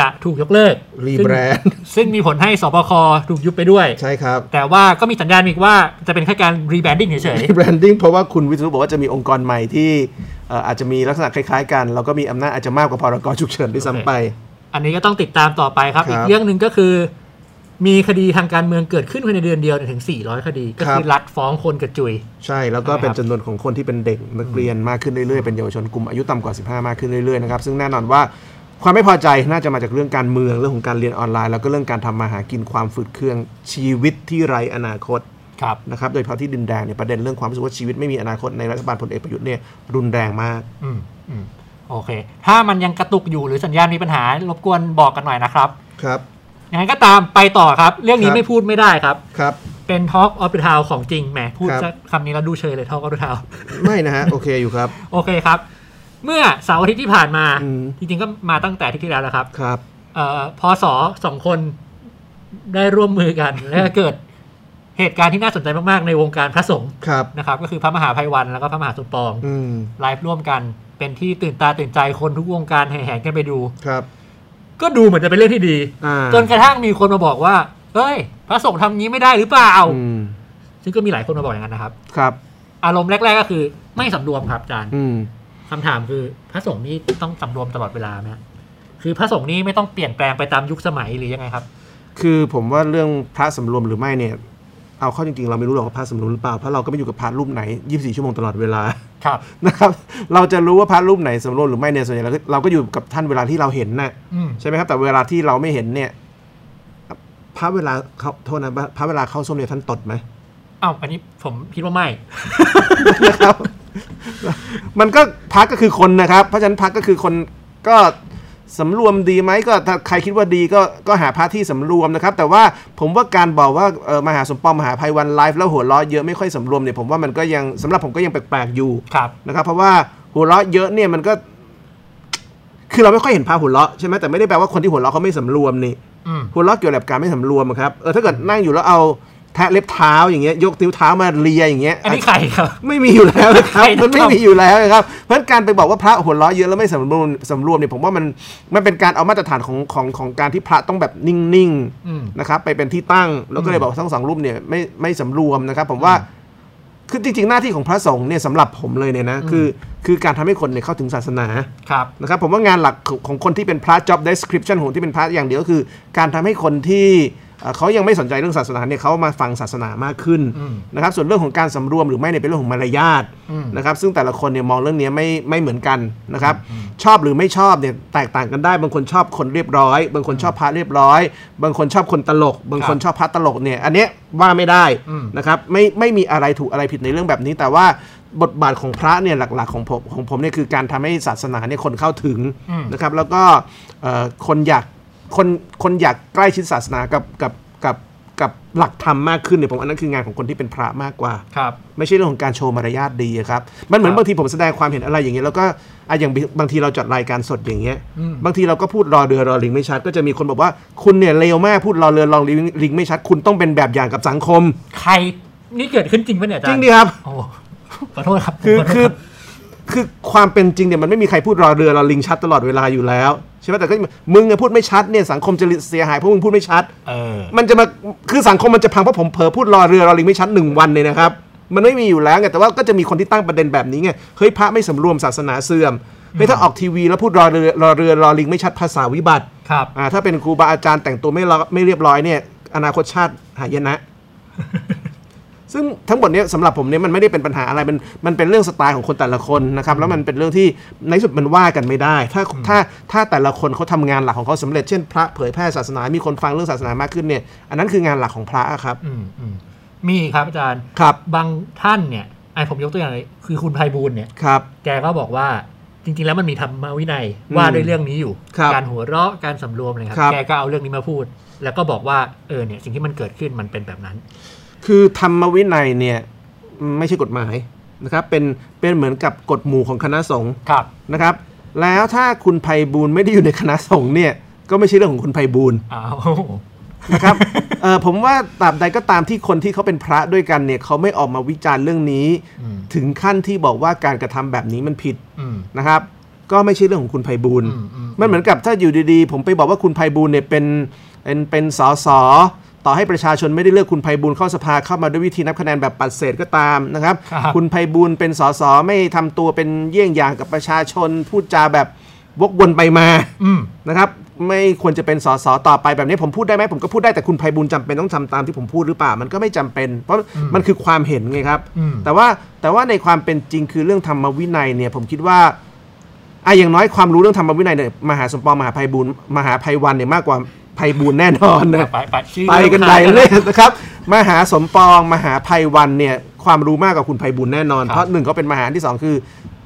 จะถูกยกเลิกซึ่ง
นด์
ซึ่งมีผลให้สบคถูกยุบไปด้วย
ใช่ครับ
แต่ว่าก็มีสัญญาณอีกว่าจะเป็นแค่การรีแบรนดิ้งเฉย
รีแบรนดิ้งเพราะว่าคุณวิศนุบอกว่าจะมีองค์กรใหม่ที่เอ่ออาจจะมีลักษณะคล้ายๆ กันแล้วก็มีอำนาจอาจจะมากกว่าพ รกฉุกเฉินด้วยซ้ำไป
ๆ อันนี้ก็ต้องติดตามต่อไปครับ
ครับ
อีกเรื่องหนึ่งก็คือ มีคดีทางการเมืองเกิดขึ้นภายในเดือนเดียวเนี่ยถึง 400 คดี ก็คื
ค
อ
รับ
รัฐฟ้องคนกระจุย
ใช่แล้วก็
ใช่ไหมครับ
เป็นจำนวนของคนที่เป็นเด็กนักเรียนมากขึ้นเรื่อยๆ เป็นเยาวชนกลุ่มอายุต่ำกว่า 15 มากขึ้นเรื่อยๆนะครับซึ่งแน่นอนว่าความไม่พอใจน่าจะมาจากเรื่องการเมืองเรื่องของการเรียนออนไลน์ แล้วก็เรื่องการทำมาหากินความฝืดเคืองชีวิตที่ไร้อนาคต
ครับ
นะครับโดยเฉพาะที่ดินแดงเนี่ยประเด็นเรื่องความรู้สึกว่าชีวิตไม่มีอนาคตในรัฐบาลพลเอกประยุทธ์เนี่ยรุนแรงมาก
อืมอืมโอเค ถ้ามันยังกระตุกอยู่หรือสัญญาณมีปัญหา รบกวนบอกกันหน่อยนะครับ
ครับ
ยังไงก็ตามไปต่อครับ เรื่อง
ค
นี้
รับ
ไม่พูดไม่ได้ครับ
ครับ
เป็น Talk of the Town ของจริงแหมพูด
ครับ
สักคำนี้แล้วดูเชยเลย Talk of the Town
ไม่นะฮะ โอเคอยู่ครับ
โอเคครับ เมื่อเสาร์อาทิตย์ที่ผ่านมา
อืม
จริงๆก็มาตั้งแต่อาที่ที่แล้วแล้วครับ
ครับ
เอ่อพอสอสองคนได้ร่วมมือกัน และเกิดเหตุการณ์ที่น่าสนใจมากๆในวงการพระสงฆ์
ครับ
นะครับ ก็คือพระมหาภัยวันแล้วก็พระมหาสมปอง
อืม
ไลฟ์ร่วมกัน เป็นที่ตื่นตาตื่นใจคนทุกวงการแห่แหนกันไปดู
ครับ
ก็ดูเหมือนจะเป็นเรื่องที่ดี
อ่า
จนกระทั่งมีคนมาบอกว่า เอ้ย พระสงฆ์ทำงี้ไม่ได้หรือเปล่า
อืม
ซึ่งก็มีหลายคนมาบอกอย่างนั้นนะครับ
ครับ
อารมณ์แรก ๆ ก็คือไม่สำรวมครับอาจารย์
อืม
คำถามคือพระสงฆ์นี่ต้องสำรวมตลอดเวลาไหมฮะคือพระสงฆ์นี่ไม่ต้องเปลี่ยนแปลงไปตามยุคสมัยหรือยังไงครับ
คือผมว่าเรื่องพระสำรวมหรือไม่เนี่ยเอาเข้อจริงๆ เราไม่รู้หรอกว่าพระสำรวมหรือเปล่าเพราะเราก็ไม่อยู่กับพระรูปไหน 24 ชั่วโมงตลอดเวลา
ครับ
นะครับเราจะรู้ว่าพระรูปไหนสำรวมหรือไม่เนี่ยส่วนใหญ่เราก็เราก็อยู่กับท่านเวลาที่เราเห็นน่ะ
อืม
ใช่ไหมครับแต่เวลาที่เราไม่เห็นเนี่ยพระเวลาเขาโทษนะพระเวลาเข้าส้มเนี่ยท่านตดไหม
อ้าวอันนี้ผมคิดว่าไม่
นะครับมันก็พระก็คือคนนะครับเพราะฉะนั้นพระก็คือคนก็สำรวมดีไหมก็ถ้าใครคิดว่าดีก็ก็หาพระที่สำรวมนะครับ แต่ว่าผมว่าการบอกว่าเอ่อมหาสมปองมหาภัยวันไลฟ์แล้วหัวเราะเยอะไม่ค่อยสำรวมเนี่ยผมว่ามันก็ยังสำหรับผมก็ยังแปลกๆอยู่
ครับ
นะครับเพราะว่าหัวเราะเยอะเนี่ยมันก็ คือเราไม่ค่อยเห็นพาหัวเราะใช่ไหมแต่ไม่ได้แปลว่าคนที่หัวเราะเขาไม่สำรวมนี่
อืม
หัวเราะเกี่ยวกับการไม่สำรวมอะครับเออถ้าเกิดนั่งอยู่แล้วเอาแทะเล็บเท้าอย่างเงี้ยยกติ้วเท้ามาเลียอย่างเงี้ย
อันนี้ใครครับ
ไม่มีอยู่แล้วนะครับ
ใช่ครับ
มันไม่มีอยู่แล้วนะครับเพราะฉะนั้นการไปบอกว่าพระหัวเราะเยอะแล้วไม่สำรวมสำรวมเนี่ยผมว่ามันมันเป็นการเอามาตรฐานของของของการที่พระต้องแบบนิ่งๆ
อืม
นะครับไปเป็นที่ตั้งแล้วก็เลยบอกว่าทั้งสองรูปเนี่ยไม่ไม่สำรวมนะครับ ผมว่าคือจริง ๆ หน้าที่ของพระสงฆ์เนี่ยสำหรับผมเลยเนี่ยนะ
อืม
คือคือการทำให้คนเนี่ยเข้าถึงศาสนา
ครับ
นะครับผมว่างานหลักของของคนที่เป็นพระ job description ของที่เป็นพระอย่างเดียวก็คือ การทำให้คนที่เอ่อเขายังไม่สนใจเรื่องศาสนาเนี่ยเขามาฟังศาสนามากขึ้น
อืม
นะครับส่วนเรื่องของการสำรวมหรือไม่เนี่ยเป็นเรื่องของมารยาท
อืม
นะครับซึ่งแต่ละคนเนี่ยมองเรื่องเนี้ยไม่ไม่เหมือนกันนะครับชอบหรือไม่ชอบเนี่ยแตกต่างกันได้ บางคนชอบคนเรียบร้อย บางคนชอบพระเรียบร้อย บางคนชอบคนตลก บางคนชอบพระตลกเนี่ยอันเนี้ยว่าไม่ได้
อืม
นะครับไม่ไม่มีอะไรถูกอะไรผิดในเรื่องแบบนี้ แต่ว่าบทบาทของพระเนี่ยหลักๆของผมของผมเนี่ยคือการทำให้ศาสนาเนี่ยคนเข้าถึงนะครับแล้วก็เอ่อคนอยากคนคนอยากใกล้ชิดศาสนากับกับกับกับหลักธรรมมากขึ้นเนี่ยผมอันนั้นคืองานของคนที่เป็นพระมากกว่า
ครับ
ไม่ใช่เรื่องของการโชว์มารยาทดีอะครับ มันเหมือ
ครับบ
นางทีผมแสดงความเห็นอะไรอย่างเงี้ยแล้วก็อะอย่างบางทีเราจัดรายการสดอย่างเงี้ย
อืม
บางทีเราก็พูดรอเรือรอลิงไม่ชัด ก็จะมีคนบอกว่าคุณเนี่ยเลวมากพูดรอเรือรอลิงลิงไม่ชัด คุณต้องเป็นแบบอย่างกับสังคม
ใครนี่เกิดขึ้นจริงปะเนี่ยอา
จ
จาร
ริ
ย์
งดีครับ
โอ้ขอโทษครับ
คือ
ขโทษ
คือ
รับ
คือความเป็นจริงเนี่ยมันไม่มีใครพูดรอเรือรอลิงชัดตลอดเวลาอยู่แล้วใช่ไหมแต่ก็มึงอะพูดไม่ชัดเนี่ยสังคมจะเสียหายเพราะมึงพูดไม่ชัด
เออ
มันจะมาคือสังคมมันจะพังเพราะผมเผลอพูดรอเรือรอลิงไม่ชัดหนึ่งวันเลยนะครับ มันไม่มีอยู่แล้วไงแต่ว่าก็จะมีคนที่ตั้งประเด็นแบบนี้ไงเฮ้ยพระไม่สำรวมศาสนาเสื่อมเฮ้ยถ้าออกทีวีแล้วพูดรอเรือรอเรือรอลิงไม่ชัดภาษาวิบัติ
ครับ
อ่าถ้าเป็นครูบาอาจารย์แต่งตัวไม่รอไม่เรียบร้อยเนี่ยอนาคตชาติหายนะ ซึ่งทั้งหมดเนี้ยสำหรับผมเนี่ยมันไม่ได้เป็นปัญหาอะไรมันมันเป็นเรื่องสไตล์ของคนแต่ละคนนะครับแล้วมันเป็นเรื่องที่ในที่สุดมันว่ากันไม่ได้ ถ้าถ้าถ้าแต่ละคนเขาทำงานหลักของเขาสำเร็จเช่นพระเผยแพร่ศาสนา มีคนฟังเรื่องศาสนามากขึ้นเนี่ยอันนั้นคืองานหลักของพระอะครับ
อืมอืมมีอีกครับอาจารย์
ครับ
บางท่านเนี่ยไอะผมยกตัวอย่างเลยคือคุณไพบูลย์เนี่ย
ครับ
แกก็บอกว่าจริง ๆ แล้วมันมีธรรมวินัยว่าด้วยเรื่องนี้อยู่
ครับ
การหัวเราะการสำรวมเลยครับ
ครับ
แกก็เอาเรื่องนี้มาพูด แล้วก็บอกว่าเออเนี่ยสิ่งที่มันเกิดขึ้นมันเป็นแบบนั้น
คือธรรมวินัยเนี่ยไม่ใช่กฎหมายนะครับเป็นเป็นเหมือนกับกฎหมู่ของคณะสงฆ์
ครับ
นะครับแล้วถ้าคุณไพบูลย์ไม่ได้อยู่ในคณะสงฆ์เนี่ยก็ไม่ใช่เรื่องของคุณไพบูลย์
อ้าว
นะครับ เอ่อผมว่าตราบใดก็ตามที่คนที่เขาเป็นพระด้วยกันเนี่ยเขาไม่ออกมาวิจารณ์เรื่องนี้
อืม
ถึงขั้นที่บอกว่าการกระทำแบบนี้มันผิด
อืม
นะครับ ก็ไม่ใช่เรื่องของคุณไพบูลย์
อืมอืม
มันเหมือนกับถ้าอยู่ดีๆ ผมไปบอกว่าคุณไพบูลย์เนี่ยเป็นเป็นเป็นสสต่อให้ประชาชนไม่ได้เลือกคุณไพบูลย์เข้าสภาเข้ามาด้วยวิธีนับคะแนนแบบปัดเศษก็ตามนะครับ
ครับ
ณไพบูลย์เป็นสสไม่ทำตัวเป็นเยี่ยงอย่างกับประชาชนพูดจาแบบวกวนไปมา
อืม
นะครับไม่ควรจะเป็นสสต่อไปแบบนี้ผมพูดได้ไหมผมก็พูดได้แต่คุณภัยบุญจำเป็นต้องทำตามที่ผมพูดหรือเปล่ามันก็ไม่จำเป็น เพราะมันคือความเห็นไงครับ
อืม
แต่ว่าแต่ว่าในความเป็นจริงคือเรื่องธรรมวินัยเนี่ยผมคิดว่าอ่ะอย่างน้อยความรู้เรื่องธรรมวินัยเนี่ยมหาสมปองมหาภัยบุญมหาภัยวันเนี่ยมากกว่าภัยบุญแน่นอน นะ
ไปไปชื่อ
ไปกันใหญ่เลยนะครับ มหาสมปองมหาภัยวันเนี่ยความรู้มากกว่าคุณภัยบุญแน่นอน เพราะหนึ่งเขาเป็นมหาที่สองคือ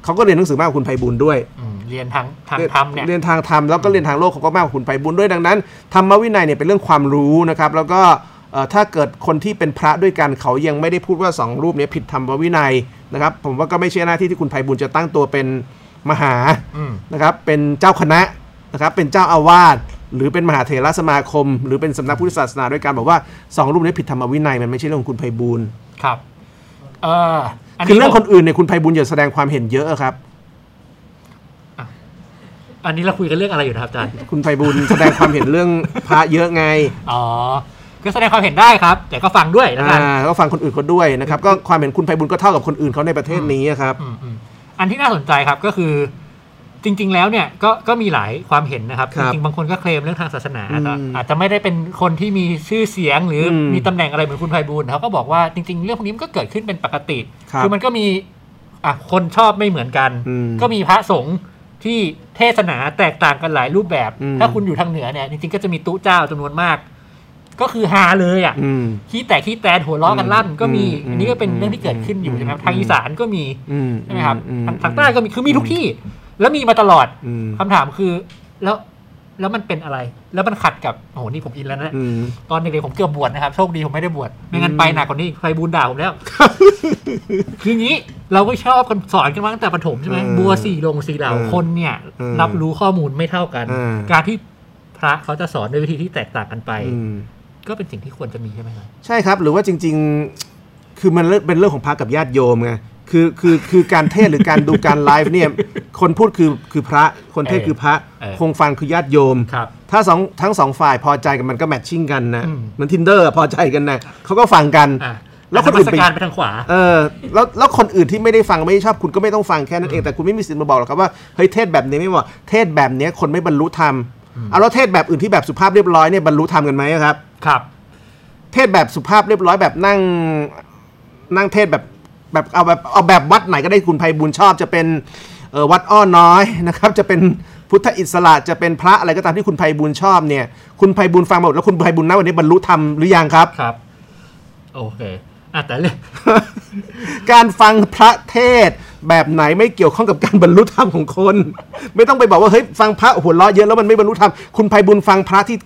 เขาก็เรียนหนังสือมากกว่าคุณภัยบุญด้วย
อืมเรียนทางทางธรรมเนี่ย
เรียนทางธรรมแล้วก็เรียนทางโลกเขาก็มากกว่าคุณไปบุญด้วยดังนั้นธรรมวินัยเนี่ยเป็นเรื่องความรู้นะครับ แล้วก็เอ่อถ้าเกิดคนที่เป็นพระด้วยกันเขายังไม่ได้พูดว่าสองรูปเนี้ผิดธรรมวินัยนะครับ ผมว่าก็ไม่ใช่หน้าที่ที่คุณไพบุญจะตั้งตัวเป็นมหา
อืม
นะครับเป็นเจ้าคณะนะครับเป็นเจ้าอาวาสหรือเป็นมหาเถรสมาคม หรือเป็นสำนักพุทธศาสนาด้วยกันบอกว่าสองรูปนี้ผิดธรรมวินัยมันไม่ใช่เรื่องของคุณไพบุญ
ครับ เอออัน
คือ
นี้
เรื่องคนอื่นเนี่ยคุณไพบุญอย่าแสดงความเห็นเยอะครับ
อันนี้เราคุยกันเรื่องอะไรอยู่นะครับอาจารย์
คุณไพบุญแสดงความเห็นเรื่องพระเยอะไง
อ๋อก็แสดงความเห็นได้ครับ แต่ก็ฟังด้วยแล้วกัน
อ่าก็ฟังคนอื่นเขาด้วยนะครับ ก็ความเห็นคุณไพบุญก็เท่ากับคนอื่นเขาในประเทศนี้อะครับ
อืมอืมอันที่น่าสนใจครับก็คือจริง ๆ แล้วเนี่ยก็ก็มีหลายความเห็นนะครับ
ครับ
จริงๆบางคนก็เคลมเรื่องทางศาสนา
อืม
แต่อาจจะไม่ได้เป็นคนที่มีชื่อเสียงหรืออ
ม
มีตำแหน่งอะไรเหมือนคุณไพบูลย์เขาก็บอกว่าจริง ๆ เรื่องพวกนี้มันก็เกิดขึ้นเป็นปกติ
ครับ
อมันก็มีอ่ะคนชอบไม่เหมือนกัน
อืม
ก็มีพระสงฆ์ที่เทศนาแตกต่างกันหลายรูปแบบ
อืม
ถ้าคุณอยู่ทางเหนือเนี่ยจริงๆก็จะมีตุ๊เจ้าจำนวนมาก ก็คือฮาเลยอ่ะ
อืม
ขี้แตกขี้แตนหัวล้อกันลั่นก็มี
อืม
อันนี้ก็เป็น
อืม
เรื่องที่เกิดขึ้นอยู่
อืม
ใช่ไหมครับ
อืม
ทางอีสานก็มี
อืม
ใช่ไหมครับ
อื
ทางทางใต้ก็มีคือมีทุกที่ แล้วมีมาตลอด
อืม
คำถามคือ แล้วแล้วมันเป็นอะไร แล้วมันขัดกับโอ้โหนี่ผมอินแล้วนะ
อืม
ตอนเด็กๆผมเกือบบวชนะครับโชคดีผมไม่ได้บวชไม่งั้นไปหนักกว่านี้ใครบูนด่าผม แล้ว คืออย่างนี้เราก็ชอบกันสอนกันมาตั้งแต่ประถมใช่ไหม
เออ
บัวสี่ลงสี่เหล่า
เออ
คนเนี่ย
เออ
รับรู้ข้อมูลไม่เท่ากัน
เออ
การที่พระเขาจะสอนด้วยวิธีที่แตกต่างกันไป
อืม
ก็เป็นสิ่งที่ควรจะมีใช่ไหมครับ
ใช่ครับ หรือว่าจริง ๆ คือมันเรื่องเป็นเรื่องของพระกับญาติโยมไงคือคือคือการเทศหรือการดูการไลฟ์เนี่ย คนพูดคือคือพระคนเทศคือพระ
เออ
คงฟังคือญาติโยม
ครับ
ถ้าสองทั้งสองฝ่ายพอใจกันมันก็แมทชิ่งกันนะ
อืม
เหมือนทินเดอร์พอใจกันนะเขาก็ฟังกัน
อ่ะ
แล้
แล้ว ว
ค
คน น
อื่น
อื่น
ไป
การไปทางขวา
เออแล้วแล้วคนอื่นที่ไม่ได้ฟังไม่ได้ชอบคุณก็ไม่ต้องฟังแค่นั้นเองแต่คุณไม่มีสิทธิ์มาบอกหรอกครับว่าเฮ้ยเทศแบบนี้ไม่เหมาะเทศแบบเนี้ยคนไม่บรรลุธรรมเอาแล้วเทศแบบอื่นที่แบบสุภาพเรียบร้อยเนี่ยบรรลุธรรมกันไหมครับ
ครับ
เทศแบบสุภาพเรียบร้อยแบบนั่งนั่งเทศแบบแบบเอาแบบเอาแบบวัดไหนก็ได้คุณภัยบุญชอบจะเป็นเอ่อวัดอ้อน้อยนะครับจะเป็นพุทธอิสระจะเป็นพระอะไรก็ตามที่คุณภัยบุญชอบเนี่ยคุณภัยบุญฟังมาหมดแล้วคุณภัยบุญนะวันนี้บรรลุธรรมหรือยังครับ
ครับ โอเคอ่ะแต่เรื่อง
การฟังพระเทศแบบไหนไม่เกี่ยวข้องกับการบรรลุธรรมของคน ไม่ต้องไปบอกว่าเฮ้ยฟังพระหัวเราะเยอะแล้วมันไม่บรรลุธรรมคุณภัยบุญฟังพระที่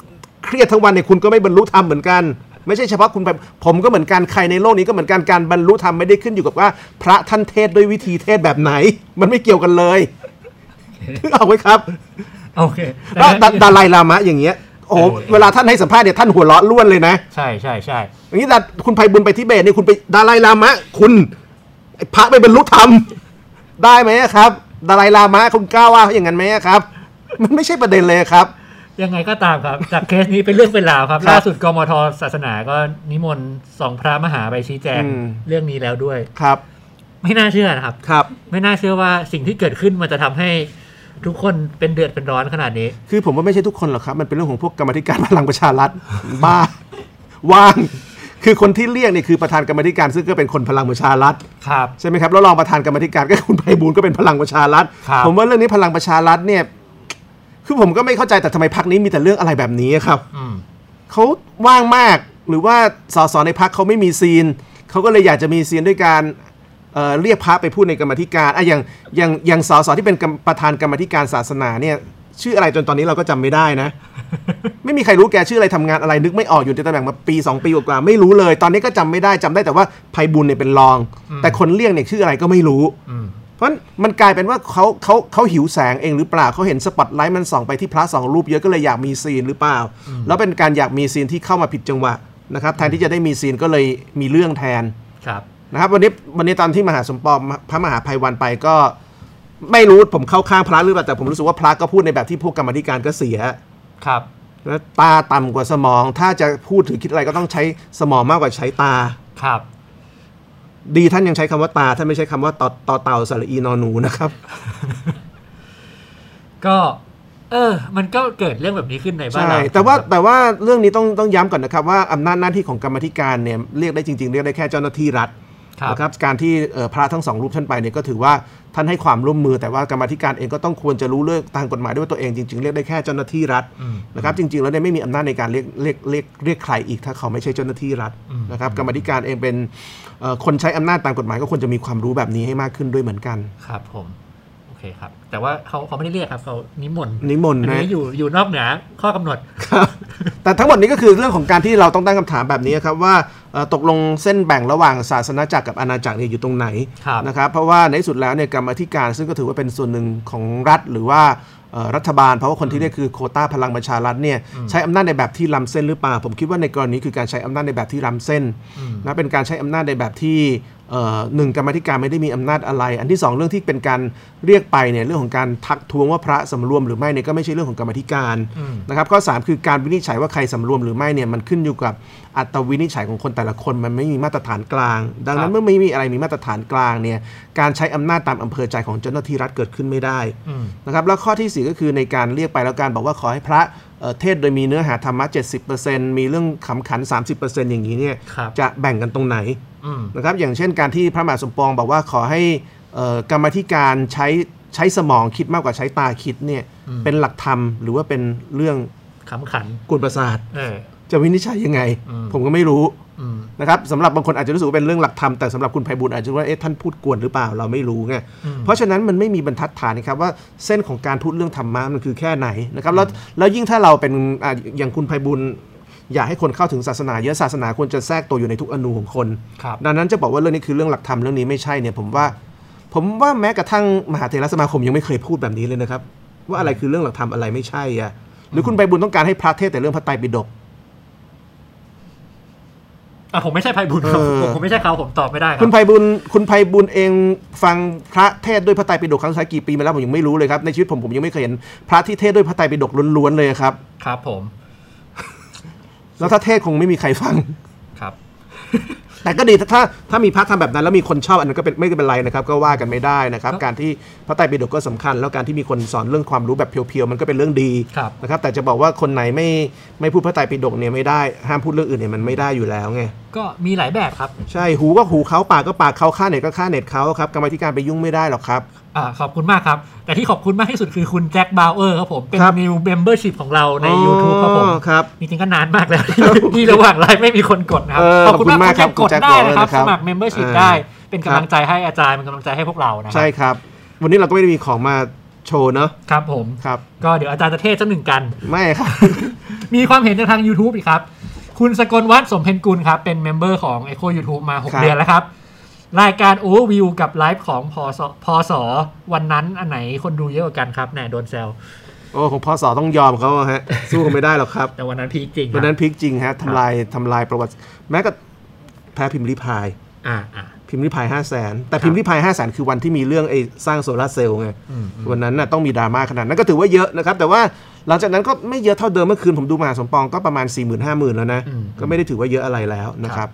เครียดทั้งวันเนี่ยคุณก็ไม่บรรลุธรรมเหมือนกัน ไม่ใช่เฉพาะคุณไพผมก็เหมือนกันใครในโลกนี้ก็เหมือนกันการบรรลุธรรมไม่ได้ขึ้นอยู่กับว่า พระท่านเทศด้วยวิธีเทศแบบไหน มันไม่เกี่ยวกันเลยเอาไว้ครับ
โอเค
แล้ว
แต่
ดาดาลายลามะอย่างเงี้ยโอ้โหเวลาท่านให้สัมภาษณ์เนี่ยท่านหัวเราะล้วนเลยนะ
ใช่ใช่ใช่
อย่างนี้ดาคุณไพบุญไปทิเบตเนี่ยคุณไปดาลายลามะ คุณไอ้พระไปบรรลุธรรม ได้ไหมอะครับดาลายลามะคุณกล้าว่าเขาอย่างนั้นไหมอะครับ มันไม่ใช่ประเด็นเลยอะครับ
ยังไงก็ตามครับ จากเคสนี้เป็นเรื่องเป็นราวครับ
ครับ
ล่าสุดกมทศาสนาก็นิมนต์สองพระมหาไปชี้แจง
อืม
เรื่องนี้แล้วด้วย
ครับ
ไม่น่าเชื่อนะครับ
ครับ
ไม่น่าเชื่อว่าสิ่งที่เกิดขึ้นมันจะทำให้ทุกคนเป็นเดือดเป็นร้อนขนาดนี้
คือผมว่าไม่ใช่ทุกคนหรอกครับ มันเป็นเรื่องของพวกกรรมาธิการพลังประชารัฐ บ้า ว่าง คือคนที่เรียกเนี่ยคือประธานกรรมาธิการซึ่งก็เป็นคนพลังประชารัฐ
ครับ
ใช่ไหมครับแล้วรองประธานกรรมาธิการก็คุณไพบูลย์ก็เป็นพลังประชารัฐ
ครับ
ผมว่าเรื่องนี้พลังประชารัฐเนี่ยคือผมก็ไม่เข้าใจแต่ทำไมพักนี้มีแต่เรื่องอะไรแบบนี้ครับ
อืม
เขาว่างมากหรือว่าสสในพักเขาไม่มีซีนเขาก็เลยอยากจะมีซีนด้วยการเอ่อเรียกพระไปพูดในกรรมาธิการอ่ะอย่างอย่างอย่างสสที่เป็นกรรมประธานกรรมาธิการศาสนาเนี่ย ชื่ออะไรจนตอนนี้เราก็จำไม่ได้นะ ไม่มีใครรู้แกชื่ออะไรทำงานอะไรนึกไม่ออกอยู่ในตำแหน่งมาปี 2 ปีกว่าๆไม่รู้เลย ตอนนี้ก็จำไม่ได้จำได้แต่ว่าภัยบุญเนี่ยเป็นรอง
อืม
แต่คนเรียกเนี่ยชื่ออะไรก็ไม่รู้
อืม
เพราะฉะนั้นมันกลายเป็นว่าเขาเขาเขาหิวแสงเองหรือเปล่าเขาเห็นสปอตไลท์มันส่องไปที่พระสองรูปเยอะก็เลยอยากมีซีนหรือเปล่า แล้วเป็นการอยากมีซีนที่เข้ามาผิดจังหวะนะครับแทนที่จะได้มีซีนก็เลยมีเรื่องแทน
ครับ
นะครับวันนี้วันนี้ตอนที่มหาสมปองพระมหาภัยวันไปก็ ไม่รู้ผมเข้าข้างพระหรือเปล่าแต่ผมรู้สึกว่าพระก็พูดในแบบที่พวกกรรมาธิการก็เสีย
ครับ
แล้วตาต่ำกว่าสมอง ถ้าจะพูดถึงคิดอะไรก็ต้องใช้สมองมากกว่าใช้ตา
ครับ
ดีท่านยังใช้คำว่าตาท่านไม่ใช้คำว่าตอตอเต่าสระอีนอหนูนะครับ
ก็ เออ มันก็เกิดเรื่องแบบนี้ขึ้นในบ้าน
ใช่
เรา
แต่ว่าแต่ว่าเรื่องนี้ต้องต้องย้ำก่อนนะครับว่าอำนาจหน้าที่ของกรรมาธิการเนี่ยเรียกได้จริงๆ เรียกได้แค่เจ้าหน้าที่รัฐ
ครับ
นะครับการที่เอ่อพระทั้งสองรูปท่านไปเนี่ยก็ถือว่าท่านให้ความร่วมมือ แต่ว่ากรรมาธิการเองก็ต้องควรจะรู้เรื่องทางกฎหมายด้วยว่าตัวเองจริงๆเรียกได้แค่เจ้าหน้าที่รัฐ
อืม
นะครับจริงๆแล้วเนี่ยไม่มีอำนาจในการเรียกเรียกเรียกเรียกใครอีกถ้าเขาไม่ใช่เจ้าหน้าที่รัฐ
อืม
นะครับกรรมาธิการเองเป็นเอ่อคนใช้อำนาจตามกฎหมายก็ควรจะมีความรู้แบบนี้ให้มากขึ้นด้วยเหมือนกัน
ครับผม โอเคครับ แต่ว่าเขาเขาไม่ได้เรียกครับเขานิมนต์
นิมนต์
อัน
นะ
นี้อยู่อยู่นอกเหนือข้อกำหนด
ครับแต่ทั้งหมดนี้ก็คือเรื่องของการที่เราต้องตั้งคำถามแบบนี้ครับว่าเอ่อตกลงเส้นแบ่งระหว่างศาสนาจักรกับอาณาจักรเนี่ยอยู่ตรงไหน
ครับ
นะครับเพราะว่าในที่สุดแล้วเนี่ยกรรมาธิการซึ่งก็ถือว่าเป็นส่วนหนึ่งของรัฐหรือว่าเอ่อรัฐบาล เพราะว่าคนที่เรียกคือโควต้าพลังประชารัฐเนี่ยใช้อำนาจในแบบที่ล้ำเส้นหรือเปล่า ผมคิดว่าในกรณีคือการใช้อำนาจในแบบที่ล้ำเส้น
อืม
นะเป็นการใช้อำนาจในแบบที่เอ่อหนึ่งกรรมาธิการไม่ได้มีอำนาจอะไร อันที่สองเรื่องที่เป็นการเรียกไปเนี่ยเรื่องของการทักท้วงว่าพระสำรวมหรือไม่เนี่ยก็ไม่ใช่เรื่องของกรรมาธิการ
อืม
นะครับข้อสามคือการวินิจฉัยว่าใครสำรวมหรือไม่เนี่ยมันขึ้นอยู่กับอัตวินิจฉัยของคนแต่ละคนมันไม่มีมาตรฐานกลาง ดังนั้นเมื่อไม่มีอะไรมีมาตรฐานกลางเนี่ยการใช้อำนาจตามอำเภอใจของเจ้าหน้าที่รัฐเกิดขึ้นไม่ได้
อืม
นะครับแล้วข้อทีสี่ 4 ก็คือในการเรียกไปแล้วการบอกว่าขอให้พระเอ่อเทศน์โดยมีเนื้อหาธรรมะ 70%มีเรื่องขำขัน 30%อย่างนี้เนี่ย
ครับ
จะแบ่งกันตรงไหน
อืม
นะครับอย่างเช่นการที่พระมหาสมปองบอกว่าขอให้เอ่อกรรมาธิการใช้ใช้สมองคิดมากกว่าใช้ตาคิดเนี่ย
อืม
เป็นหลักธรรมหรือว่าเป็นเรื่อง
ขำขัน
กวนประสาท
เออ
จะวินิจฉัยยังไง
อืม
ผมก็ไม่รู้
อืม
นะครับสำหรับบางคนอาจจะรู้สึกว่าเป็นเรื่องหลักธรรมแต่สำหรับคุณไพบุญอาจจะว่าเอ๊ะท่านพูดกวนหรือเปล่าเราไม่รู้ไง
อืม
เพราะฉะนั้นมันไม่มีบรรทัดฐานนะครับว่าเส้นของการพูดเรื่องธรรมะมันคือแค่ไหนนะครับแล้วแล้วยิ่งถ้าเราเป็นอ่ะอย่างคุณภัยบุญอยากให้คนเข้าถึงศาสนาเยอะศาสนาควรจะแทรกตัวอยู่ในทุกอนูของคน
ครับ
ดังนั้นจะบอกว่าเรื่องนี้คือเรื่องหลักธรรมเรื่องนี้ไม่ใช่เนี่ยผมว่า ผมว่าแม้กระทั่งมหาเถรสมาคมยังไม่เคยพูดแบบนี้เลยนะครับ ว่าอะไรคือเรื่องหลักธรรมอะไรไม่ใช่อะหรือคุณภัยบุญต้องการให้พระเทศน์แต่เรื่องพระไตรปิฎก
อ่ะผมไม่ใช่ไพบุญครับ
เออ
ผมผมไม่ใช่เขาผมตอบไม่ได้ครั
คุณ
บ
ภัยบุญคุณภัยบุญเองฟังพระเทศน์ด้วยพระไตรปิฎกครั้งสุดท้ายกี่ปีมาแล้วผมยังไม่รู้เลยครับในชีวิตผมผมยังไม่เคยเห็นพระที่เทศน์ด้วยพระไตรปิฎกล้วนๆเลยครับ
ครับผม
แล้วถ้าเทศน์คงไม่มีใครฟัง
ครับ
แต่ก็ดีถ้าถ้าถ้ามีพระทำแบบนั้นแล้วมีคนชอบอันนั้นก็เป็นไม่เป็นไรนะครับก็ว่ากันไม่ได้นะครับการที่พระไตรปิฎกก็สำคัญ แล้วการที่มีคนสอนเรื่องความรู้แบบเพียวๆมันก็เป็นเรื่องดี
ครับ
นะครับแต่จะบอกว่าคนไหนไม่ไม่พูดพระไตรปิฎกเนี่ยไม่ได้ห้ามพูดเรื่องอื่นเนี่ยมันไม่ได้อยู่แล้วไง
ก็มีหลายแบบครับ
ใช่หูก็หูเขาปากก็ปากเขาค่าเน็ตก็ค่าเน็ตเขาครับกรรมาธิการไปยุ่งไม่ได้หรอกครับ
อ่าขอบคุณมากครับ แต่ที่ขอบคุณมากที่สุดคือคุณแจ็คบาวเออร์ครับผม เป็น
ครับ
new membership ของเราใน YouTube ครับผม
อ๋อครับ
จริงๆก็นานมากแล้ว ที่ระหว่างไลฟ์ไม่มีคนกดนะครับ
เออ
ขอบคุณมาก
ขอบคุณมาก
คุณแจ็ค
ครับคุณแจ็ค
กดได้
บอกเลย
นะครับ
นะครับ
สมัคร membership
เออ
ได้ เป็นกำลังใจให้อาจารย์เป็นกำลังใจให้พวกเรานะครั
ใช่ครับ วันนี้เราก็ไม่ได้มีของมาโชว์เนอะ
ครับผม
ครับ
ก็เดี๋ยวอาจารย์จะเทศน์สักหนึ่งกัน
ไม่ค รับ
มีความเห็นจากทาง YouTube อีกครับ คุณสกลวัฒน์สมเพ็ญกุลครับ เป็นเมมเบอร์ของ Echo YouTube มา
ครั
6
บ
เดือนแล้วครับ รายการโอเวอร์วิวกับไลฟ์ของพอสพอสวันนั้นอันไหนคนดูเยอะกว่ากันครับแหน่โดนแซว
โอ้ของพอสอต้องยอมเขาอะฮะ สู้เขาไม่ได้หรอกครับ
แต่วันนั้นพีคจริงครับ
วันนั้นพลิกจริงฮะทำลายทำลายประวัติ แม้กระทั่งแพ้พิมพ์ริพาย
อ่าอ่า
พิมพ์ริพายห้าแสนแต่พิมพ์ริพายห้าแสนคือวันที่มีเรื่องไอ้สร้างโซลาร์เซลล์ไง
อืม
วันนั้นน่ะต้องมีดราม่าขนาดนั้นก็ถือว่าเยอะนะครับ แต่ว่าหลังจากนั้นก็ไม่เยอะเท่าเดิมเมื่อคืนผมดูมหาสมปองก็ประมาณ4ี่หมื่นห้าหมื่นแล้วนะ
อืม
ก็ไม่ได้ถือว่าเยอะอะไรแล้วนะครับ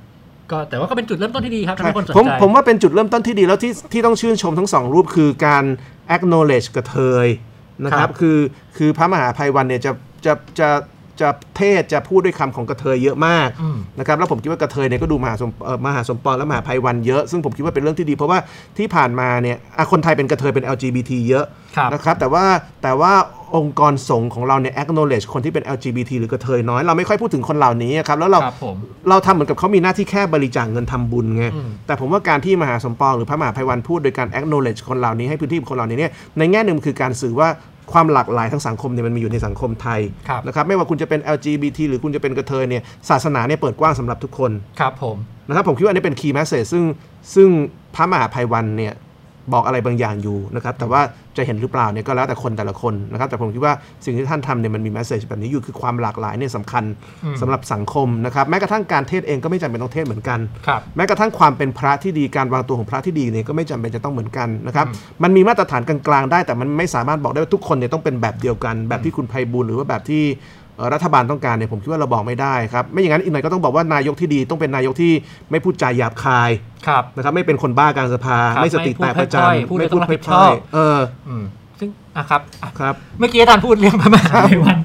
ก็แต่ว่าก็เป็นจุดเริ่มต้นที่ดีครับทำ
ใช่
ให้คนสน
ผม
ใจ
ผมว่าเป็นจุดเริ่มต้นที่ดีแล้วที่ที่ต้องชื่นชมทั้งสองรูปคือการ acknowledge กระเทยนะค
ครั
รับบ คือคือพระมหาภัยวันเนี่ยจะจะจะจะเทศจะพูดด้วยคำของกระเทยเยอะมาก
อืม
นะครับแล้วผมคิดว่ากระเทยเนี่ยก็ดูมหาสมเอ่อมหาสมปองและมหาภัยวันเยอะ ซึ่งผมคิดว่าเป็นเรื่องที่ดี เพราะว่าที่ผ่านมาเนี่ยอ่ะคนไทยเป็นกระเทยเป็น LGBT เยอะ
ครับ
นะครับแต่ว่าแต่ว่าองค์กรสงฆ์ของเราเนี่ย acknowledge คนที่เป็น LGBT หรือกระเทยน้อยเราไม่ค่อยพูดถึงคนเหล่านี้ครับแล้วเรา
ครับผม
เราทำเหมือนกับเขามีหน้าที่แค่บริจาคเงินทำบุญไง
อืม
แต่ผมว่าการที่มหาสมปองหรือพระมหาภัยวันพูดโดยการ acknowledge คนเหล่านี้ให้พื้นที่คนเหล่านี้เนี่ย ในแง่หนึ่งคือการสื่อว่าความหลากหลายทางสังคมเนี่ยมันมีอยู่ในสังคมไทย
ครับ
นะครับ ไม่ว่าคุณจะเป็น LGBT หรือคุณจะเป็นกระเทยเนี่ย ศาสนาเนี่ยเปิดกว้างสำหรับทุกคน
ครับผม
นะครับ ผมคิดว่าอันนี้เป็น key message ซึ่งซึ่งพระมหาภัยวันเนี่ยบอกอะไรบางอย่างอยู่นะครับ แต่ว่าจะเห็นหรือเปล่าเนี่ยก็แล้วแต่คนแต่ละคนนะครับ แต่ผมคิดว่าสิ่งที่ท่านทำเนี่ยมันมี message แบบนี้อยู่คือความหลากหลายเนี่ยสำคัญ
อืม
สำหรับสังคมนะครับแม้กระทั่งการเทศเองก็ไม่จำเป็นต้องเทศเหมือนกัน
ครับ
แม้กระทั่งความเป็นพระที่ดีการวางตัวของพระที่ดีเนี่ยก็ไม่จำเป็นจะต้องเหมือนกันนะครับ
อืม
มันมีมาตรฐานกลางๆได้ แต่มันไม่สามารถบอกได้ว่าทุกคนเนี่ยต้องเป็นแบบเดียวกัน แบบที่คุณไพบูลย์หรือว่าแบบที่เอ่อรัฐบาลต้องการเนี่ยผมคิดว่าเราบอกไม่ได้ครับไม่อย่างนั้นอีกหน่อยก็ต้องบอกว่านายกที่ดีต้องเป็นนายกที่ไม่พูดจาหยาบคาย
ครับ
นะครับไม่เป็นคนบ้ากลางสภา
ครับ
ไม่สติแตกประจำ
ไม่พูดเพ้อเจ้อ
เออ
อืมซึ่งอ่ะครับอ่ะ
ครับ
เมื่อกี้อาจารย์พูดเรื่องพระมหาภัยวัน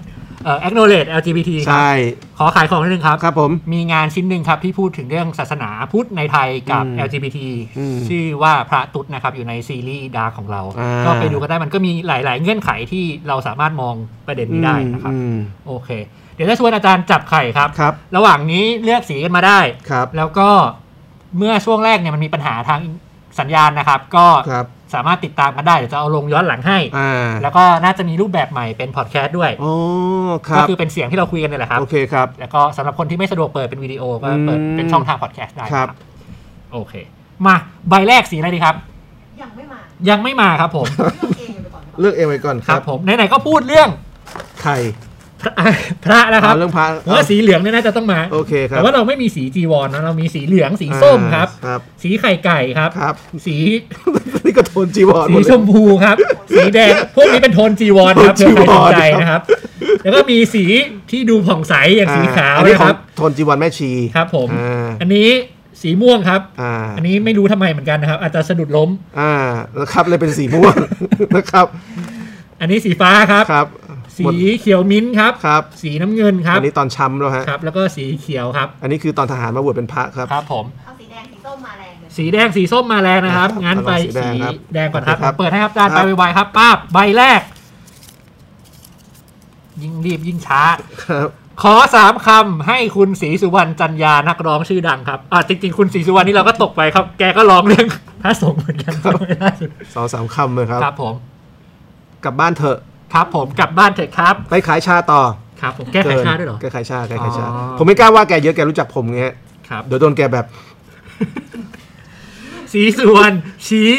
เอ่อ acknowledge LGBT ครับ
ใช่
ขอขายของนิดนึงครับ
ครับผม
มีงานชิ้นหนึ่งครับที่พูดถึงเรื่องศาสนาพุทธในไทยกับ
อืม
LGBT
อืม
ชื่อว่าพระตุ๊ดนะครับอยู่ในซีรีส์ดาร์กของเรา
อ่า
ก็ไปดูกันได้มันก็มีหลาย ๆ เงื่อนไขที่เราสามารถมองประเด็นนี้ได้นะครับ
อืม
โอเค เดี๋ยวจะชวนอาจารย์จับไข่ครับ
ครับ
ระหว่างนี้เลือกสีกันมาได้
ครับ
แล้วก็เมื่อช่วงแรกเนี่ยมันมีปัญหาทางสัญญาณนะครับ ก็
ครับ
สามารถติดตามกันได้เดี๋ยวจะเอาลงย้อนหลังให้
อ่า
แล้วก็น่าจะมีรูปแบบใหม่เป็นพอดแคสต์ด้วย
อ๋อค
ก็
รับ
คือเป็นเสียงที่เราคุยกันเนี่ยแหละครับ
โอเคครับ
แล้วก็สำหรับคนที่ไม่สะดวกเปิดเป็นวิดีโอก็เปิด
อืม
เป็นช่องทางพอดแคสต์ได้
ครับ
โอเค มาใบแรกสีอะไรดีครับ
ยังไม่มา
ยังไม่มาครับผม
เลือกเองไปก่อน
เลือกเองไปก่อนค
ครั
รั
บบ ผมไหนๆก็พูดเรื่อง
ไข่
พระพระนะครั
เอา
บ
เรื่องพระ
ผมว่าสีเหลืองเนี่ยน่าจะต้องมา
โอเคครับ
แต่ว่าเราไม่มีสีจีวรนะเรามีสีเหลืองสีส้มครับ
อ่าครับ
สีไข่ไก่ครับ
ครับ
สี
นี่ก็โทนจีวรห
สี
มด
ช
เลย
มพูครับ สีแดง พวกนี้เป็นโทนจีวรครับ
โท
เผื่อน ใครสนใจ
จีวร
นะครับ แล้วก็มีสีที่ดูผ่องใสอย่างสีขาว
อ่อันนี้
นะ
ข
ค
อง
รับ
โทนจีวรแม่ชี
ครับผม
อ่า
อันนี้สีม่วงครับ
อ่า
อันนี้ไม่รู้ทำไมเหมือนกันนะครับ อาจจะสะดุดล้ม
อ่าแล้วครับเลยเป็นสีม่วง นะครับ
อันนี้สีฟ้าครับ
ครับ
สี
หมด
เขียวมิ้นท์ครับ
ครับ
สีน้ำเงินครับ
อันนี้ตอนช้ำแล้วฮะ
ครับ แล้วก็สีเขียวครับ
อันนี้คือตอนทหารมาบวชเป็นพระครับ
ครับผม
เอาสีแดงสีส้มมาแรงเลย
สีแดงสีส้มมาแล้วนะครับ
ครับ
งั้นไป
เอา
สี
สีแดงครับ
แดงก่อนครับ
ครับ
เปิดให้ครับอาจารย์
ค
ไป
รับ
ไวๆครับป้าบใบแรก ยิ่งรีบยิ่งช้า
ครับ
ขอสามคำให้คุณศรีสุวรรณจันยานักร้องชื่อดังครับอ่ะจริงๆ คุณศรีสุวรรณนี่เราก็ตกไปครับ แกก็ร้องเรื่อง พระสงฆ์เหมือนกันล่าสุด
สองสามคำเลยครับ
ครับผม
กลับบ้านเถอะ
ครับผมกลับบ้านเถอะครับ
ไปขายชาต่อ
ครับผมแก้ไขชาด้วยเหรอ
แกขายชาแกขายชา
อ๋อ
ผมไม่กล้าว่าแกเยอะแกรู้จักผมไงฮะ
ครับ
เดี๋ยวโดนแกแบบ
ศรีสุวรรณชี้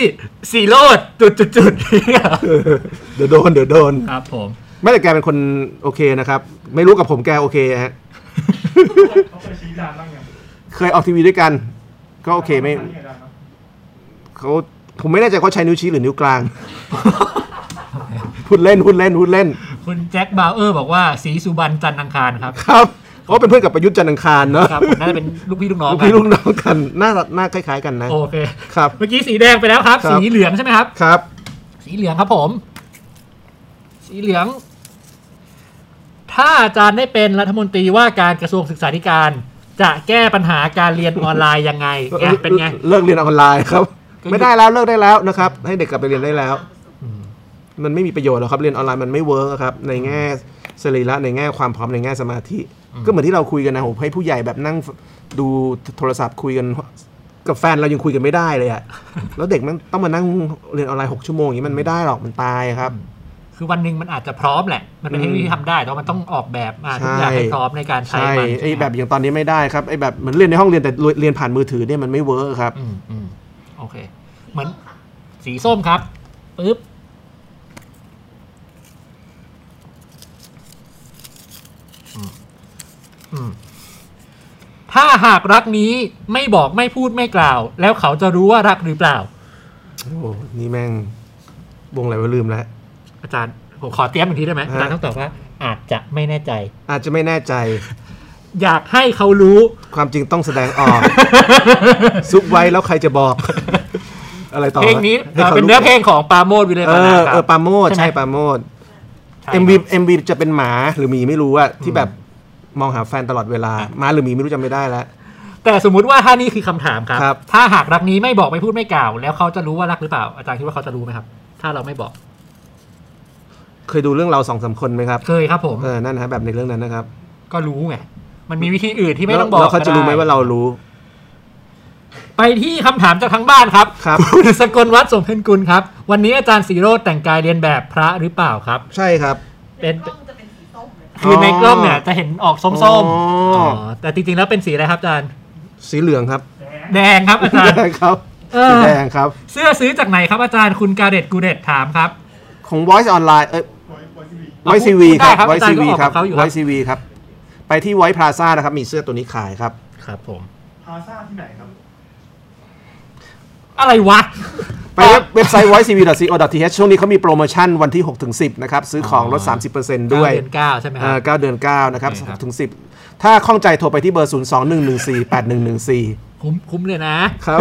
สีโรดจุดจุดจุดๆ
เดี๋ยวโดนเดี๋ยวโดน
ๆครับผม
ไม่แต่แกเป็นคนโอเคนะครับ ไม่รู้กับผมแกโอเคฮะ
เขาเคยชี้จานบ้างยัง
เคยออกทีวีด้วยกัน ก็โอเคไม่
ขาชี้จานบ้าง
เขาผมไม่แน่ใจเขาใช้นิ้วชี้หรือนิ้วกลาง พูดเล่นพูดเล่นพูดเล่น
คุณแจ็คบาวเออร์บอกว่าศรีสุวรรณจันทร์อังคารครับ
ครับเขาเป็นเพื่อนกับประยุทธ์จันทร์อังคารเนาะ
ครับผมน่าจะเป็นลูกพี่ลูกน้อง
ลูก
กัน
พี่ลูกน้องกันหน้าหน้าคล้าย ๆ กันนะ
โอเค
ครับ
เมื่อกี้สีแดงไปแล้วครับ
ครับ
สีเหลืองใช่ไหมครับ
ครับ
สีเหลืองครับผม สีเหลือง ถ้าอาจารย์ได้เป็นรัฐมนตรีว่าการกระทรวงศึกษาธิการ จะแก้ปัญหาการเรียนออนไลน์ยังไงเนี่ยเป็นไง
เลิกเรียนออนไลน์ครับ
ก็อยู่
ไม่ได้แล้วเลิกได้แล้วนะครับ ให้เด็กกลับไปเรียนได้แล้ว มันไม่มีประโยชน์หรอกครับเรียนออนไลน์มันไม่เวิร์กอะครับในแง่สรีระในแง่ความพร้อมในแง่สมาธิ ก็เหมือนที่เราคุยกันนะผมให้ผู้ใหญ่แบบนั่งดูโทรศัพท์คุยกันกับแฟนเรายังคุยกันไม่ได้เลยอะ แล้วเด็กมันต้องมานั่งเรียนออนไลน์หกชั่วโมงอย่างนี้มันไม่ได้หรอกมันตายครับ
คือวันหนึ่งมันอาจจะพร้อมแหละ มันเป็นเทคโนโลยีที่ทำได้แต่ว่ามันต้องออกแบบมาทุกอย่างให้พร้อมในการใช้
ใช่
มัน
ไอ้แบบอย่างตอนนี้ไม่ได้ครับไอ้แบบเหมือนเรียนในห้องเรียนแต่เรียนผ่านมือถือเนี่ยมันไม่เวิร์กครับ
อืมอืมโอเค เหมือน สีส้มครับปึ๊บอืมอืม ถ้าหากรักนี้ไม่บอกไม่พูดไม่กล่าว แล้วเขาจะรู้ว่ารักหรือเปล่า
โอ้โหนี่แม่งวงอะไรวะลืมแล้ว
อาจารย์ผมขอเตรียมอีกทีได้ไหม
ฮะ
อาจารย์ต้องตอบว่า อาจจะไม่แน่ใจ
อาจจะไม่แน่ใจ
อยากให้เขารู้
ความจริงต้องแสดงออก ซุกไว้แล้วใครจะบอก อะไร ต่อวะ
เพลงนี้
ให้
เอ่อ
ขา
เป็น
รู้
เนื้อเพลงของปราโมดวิเลย
เอ
ปา
อ
นาครับ
เออปราโมดใช่ปราโมด
ใช่
เอ็มวี
ครับ
เอ็มวีจะเป็นหมาหรือหมีไม่รู้อะที่
อืม
แบบมองหาแฟนตลอดเวลา
อ่ะ
หมาหรือหมีไม่รู้จำไม่ได้แล้ว
แต่สมมุติว่าถ้านี่คือคำถามครับ
ครับ
ถ้าหากรักนี้ไม่บอกไม่พูดไม่กล่าว แล้วเขาจะรู้ว่ารักหรือเปล่า อาจารย์คิดว่าเขาจะรู้ไหมครับ ถ้าเราไม่บอก
เคยดูเรื่องเราสองสามคนไหมครับ
เคยครับผม
เออนั่นนะฮะแบบในเรื่องนั้นนะครับ
ก็รู้ไงมันมีวิธีอื่นที่ไม่ต้องบอก
แล้วแล้วเขาจะรู้ไหม
ก็ด้
ว่าเรารู้
ไปที่คำถามจากทั้งบ้านครับ
ครับ
คุณสกลวัฒน์สมเพ็ญกุลครับ วันนี้อาจารย์สีโรดแต่งกายเรียนแบบพระหรือเปล่าครับ
ใช่ครับ
เป็น
กล้องจะเป็นสีส้มเลย
คือในกล้องเนี่ยจะเห็นออกส้ม
อ๋อ
ๆ
อ๋
อแต่จริงๆแล้วเป็นสีอะไรครับอาจารย์
สีเหลืองครับ
แดง
แดงครับอาจารย์
แดงครับ
เออ
สีแดงครับ
เสื้อซื้อจากไหนครับอาจารย์คุณกาเดตกูเดตถามครับ
ของ Voice Online เอ้ย
ไว้ไว้ที่
Voice
พูด
CV
ได้
ครับ
ครับ
Voice
อาจารย์
CV ค
ก็ออกกั
รับ
บเขาอยู่ครับ
Voice CV ครับ ไปที่ Voice Plaza นะครับมีเสื้อตัวนี้ขายครับ
ครับผม
พาซ่าที่ไหนครับ
อะไรวะ
ไปเว็บเว็บไซต์ voice cv co th ช่วงนี้เขามีโปรโมชั่นวันที่ 6 ถึง 10 นะครับ ซื้อของลด
อ๋อ
30%ด้วย
เดือนเก้าใช่ไหมค
เอ่
รั
อบ 9เดือน 9 นะครับ
โอเคครับ
ถึง 10 ถ้าข้องใจโทรไปที่เบอร์ 0 2 1 1 4 8 1 1
คุ้มคุ้มเลยนะ
4 ครับ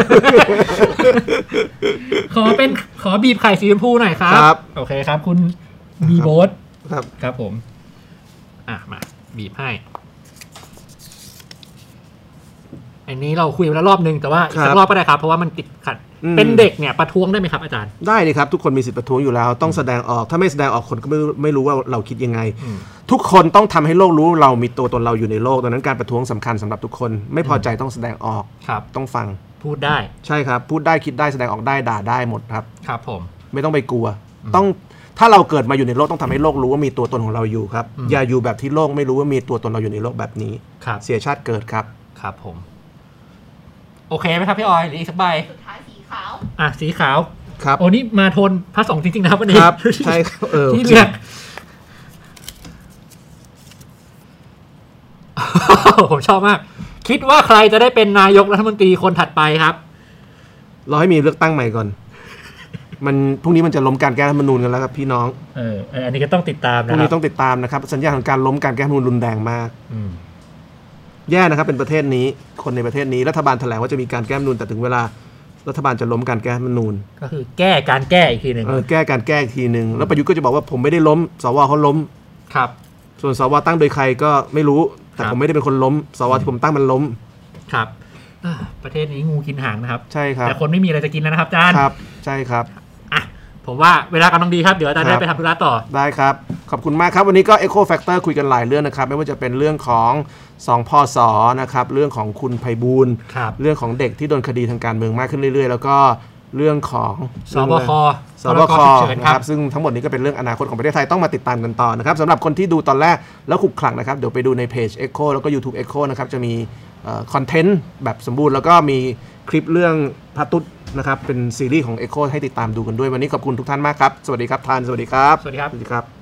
ขอเป็นขอบีบไข่สีชมพูหน่อยครับ
ครับ
โอเคครับ คุณบีโบส
ครับ
ครับผม อ่ะ มา บีบให้ อันนี้เราคุยไปแล้วรอบนึง แต่ว่าอีกสักรอบก็ได้ครับ เพราะว่ามันติดขัด เป็นเด็กเนี่ยประท้วงได้ไหมครับอาจารย์
ได้เลยครับ ทุกคนมีสิทธิประท้วงอยู่แล้ว ต้องแสดงออกถ้าไม่แสดงออกคนก็ไม่รู้ไม่รู้ว่าเราคิดยังไง
อืม
ทุกคนต้องทำให้โลกรู้เรามีตัวตนเราอยู่ในโลกดังนั้นการประท้วงสำคัญสำหรับทุกคน ไม่พอใจต้องแสดงออก
ครับ
ต้องฟัง
พูดได้
ใช่ครับ พูดได้คิดได้แสดงออกได้ด่าได้หมดครับ
ครับผม
ไม่ต้องไปกลัว ต้องถ้าเราเกิดมาอยู่ในโลกต้องทำให้โลกรู้ว่ามีตัวตนของเราอยู่ครับ
อืม
อย่าอยู่แบบที่โลกไม่รู้ว่ามีตัวตนเราอยู่ในโลกแบบนี้
ครับ
เสียชาติเกิดครับ
ครับผม โอเคไหมครับพี่ออยหรืออีกสักใบ
สุดท้ายสีขาว
อ่ะสีขาว
ครับ
โอ้นี่มาโทนพระสงฆ์จริงๆนะครับวันนี้
ครับ ใช่ครับเออ
ที่เลือกผมชอบมาก คิดว่าใครจะได้เป็นนายกรัฐมนตรีคนถัดไปครับ
รอให้มีเลือกตั้งใหม่ก่อน มันพรุ่งนี้มันจะล้มการแก้รัฐธรรมนูญกันแล้วครับพี่น้อง
เออ อันนี้ก็ต้องติดตาม
พรุ่
นะ
ง
ครั
นี้
บ
ต้องติดตามนะครับ สัญญาณของการล้มการแก้รัฐธรรมนูญรุนแรงมาก
อืม
แย่นะครับเป็นประเทศนี้คนในประเทศนี้รัฐบาลแถลงว่าจะมีการแก้รัฐธรรมนูญแต่ถึงเวลารัฐบาลจะล้มการแก้รัฐธรรมนูญ
ก็คือแก้การแก้อีกทีหนึ่ง
เออแก้การแก้อีกทีหนึ่งแล้วประยุทธ์ก็จะบอกว่าผมไม่ได้ล้มสวเขาล้ม
ครับ
ส่วนสวตั้งโดยใครก็ไม่รู้ แต่
ครับ
ผมไม่ได้เป็นคนล้ม สวที่ผมตั้งมันล้ม
ครับอ่าประเทศนี้งูกินหางนะครับ
ใช่ครับ
แต่คนไม่มีอะไรจะกินแล้วนะครับอาจารย์
ครับ ใช่ครับ
อ่ะผมว่าเวลากำลังดีครับ เดี๋ยวอาจารย์
ครั
ได้
บ
ไปทำธุระต่อ
ได้ครับ ขอบคุณมากครับ วันนี้ก็ Echo Factor คุยกันหลายเรื่องนะครับ ไม่ว่าจะเป็นเรื่องของสองพอสอนะครับ เรื่องของคุณไพบูลย์
ครับ
เรื่องของเด็กที่โดนคดีทางการเมืองมากขึ้นเรื่อย ๆ แล้วก็เรื่องของ
สบค
สบค
ฉุกเฉิน
นะ
ค
ครับ รับ ซึ่งทั้งหมดนี้ก็เป็นเรื่องอนาคตของประเทศไทยต้องมาติดตามกันต่อนะครับสำหรับคนที่ดูตอนแรกแล้วขลุกขลักนะครับ เดี๋ยวไปดูในเพจ Echo แล้วก็ YouTube Echo นะครับ จะมีคอนเทนต์แบบสมบูรณ์ แล้วก็มีคลิปเรื่องพระตุ๊ดนะครับ เป็นซีรีส์ของ Echo ให้ติดตามดูกันด้วย วันนี้ขอบคุณทุกท่านมากครับ สวัสดีครับทาน สวัสดีครับ
สวัสดีครับ
สวัสดีครับ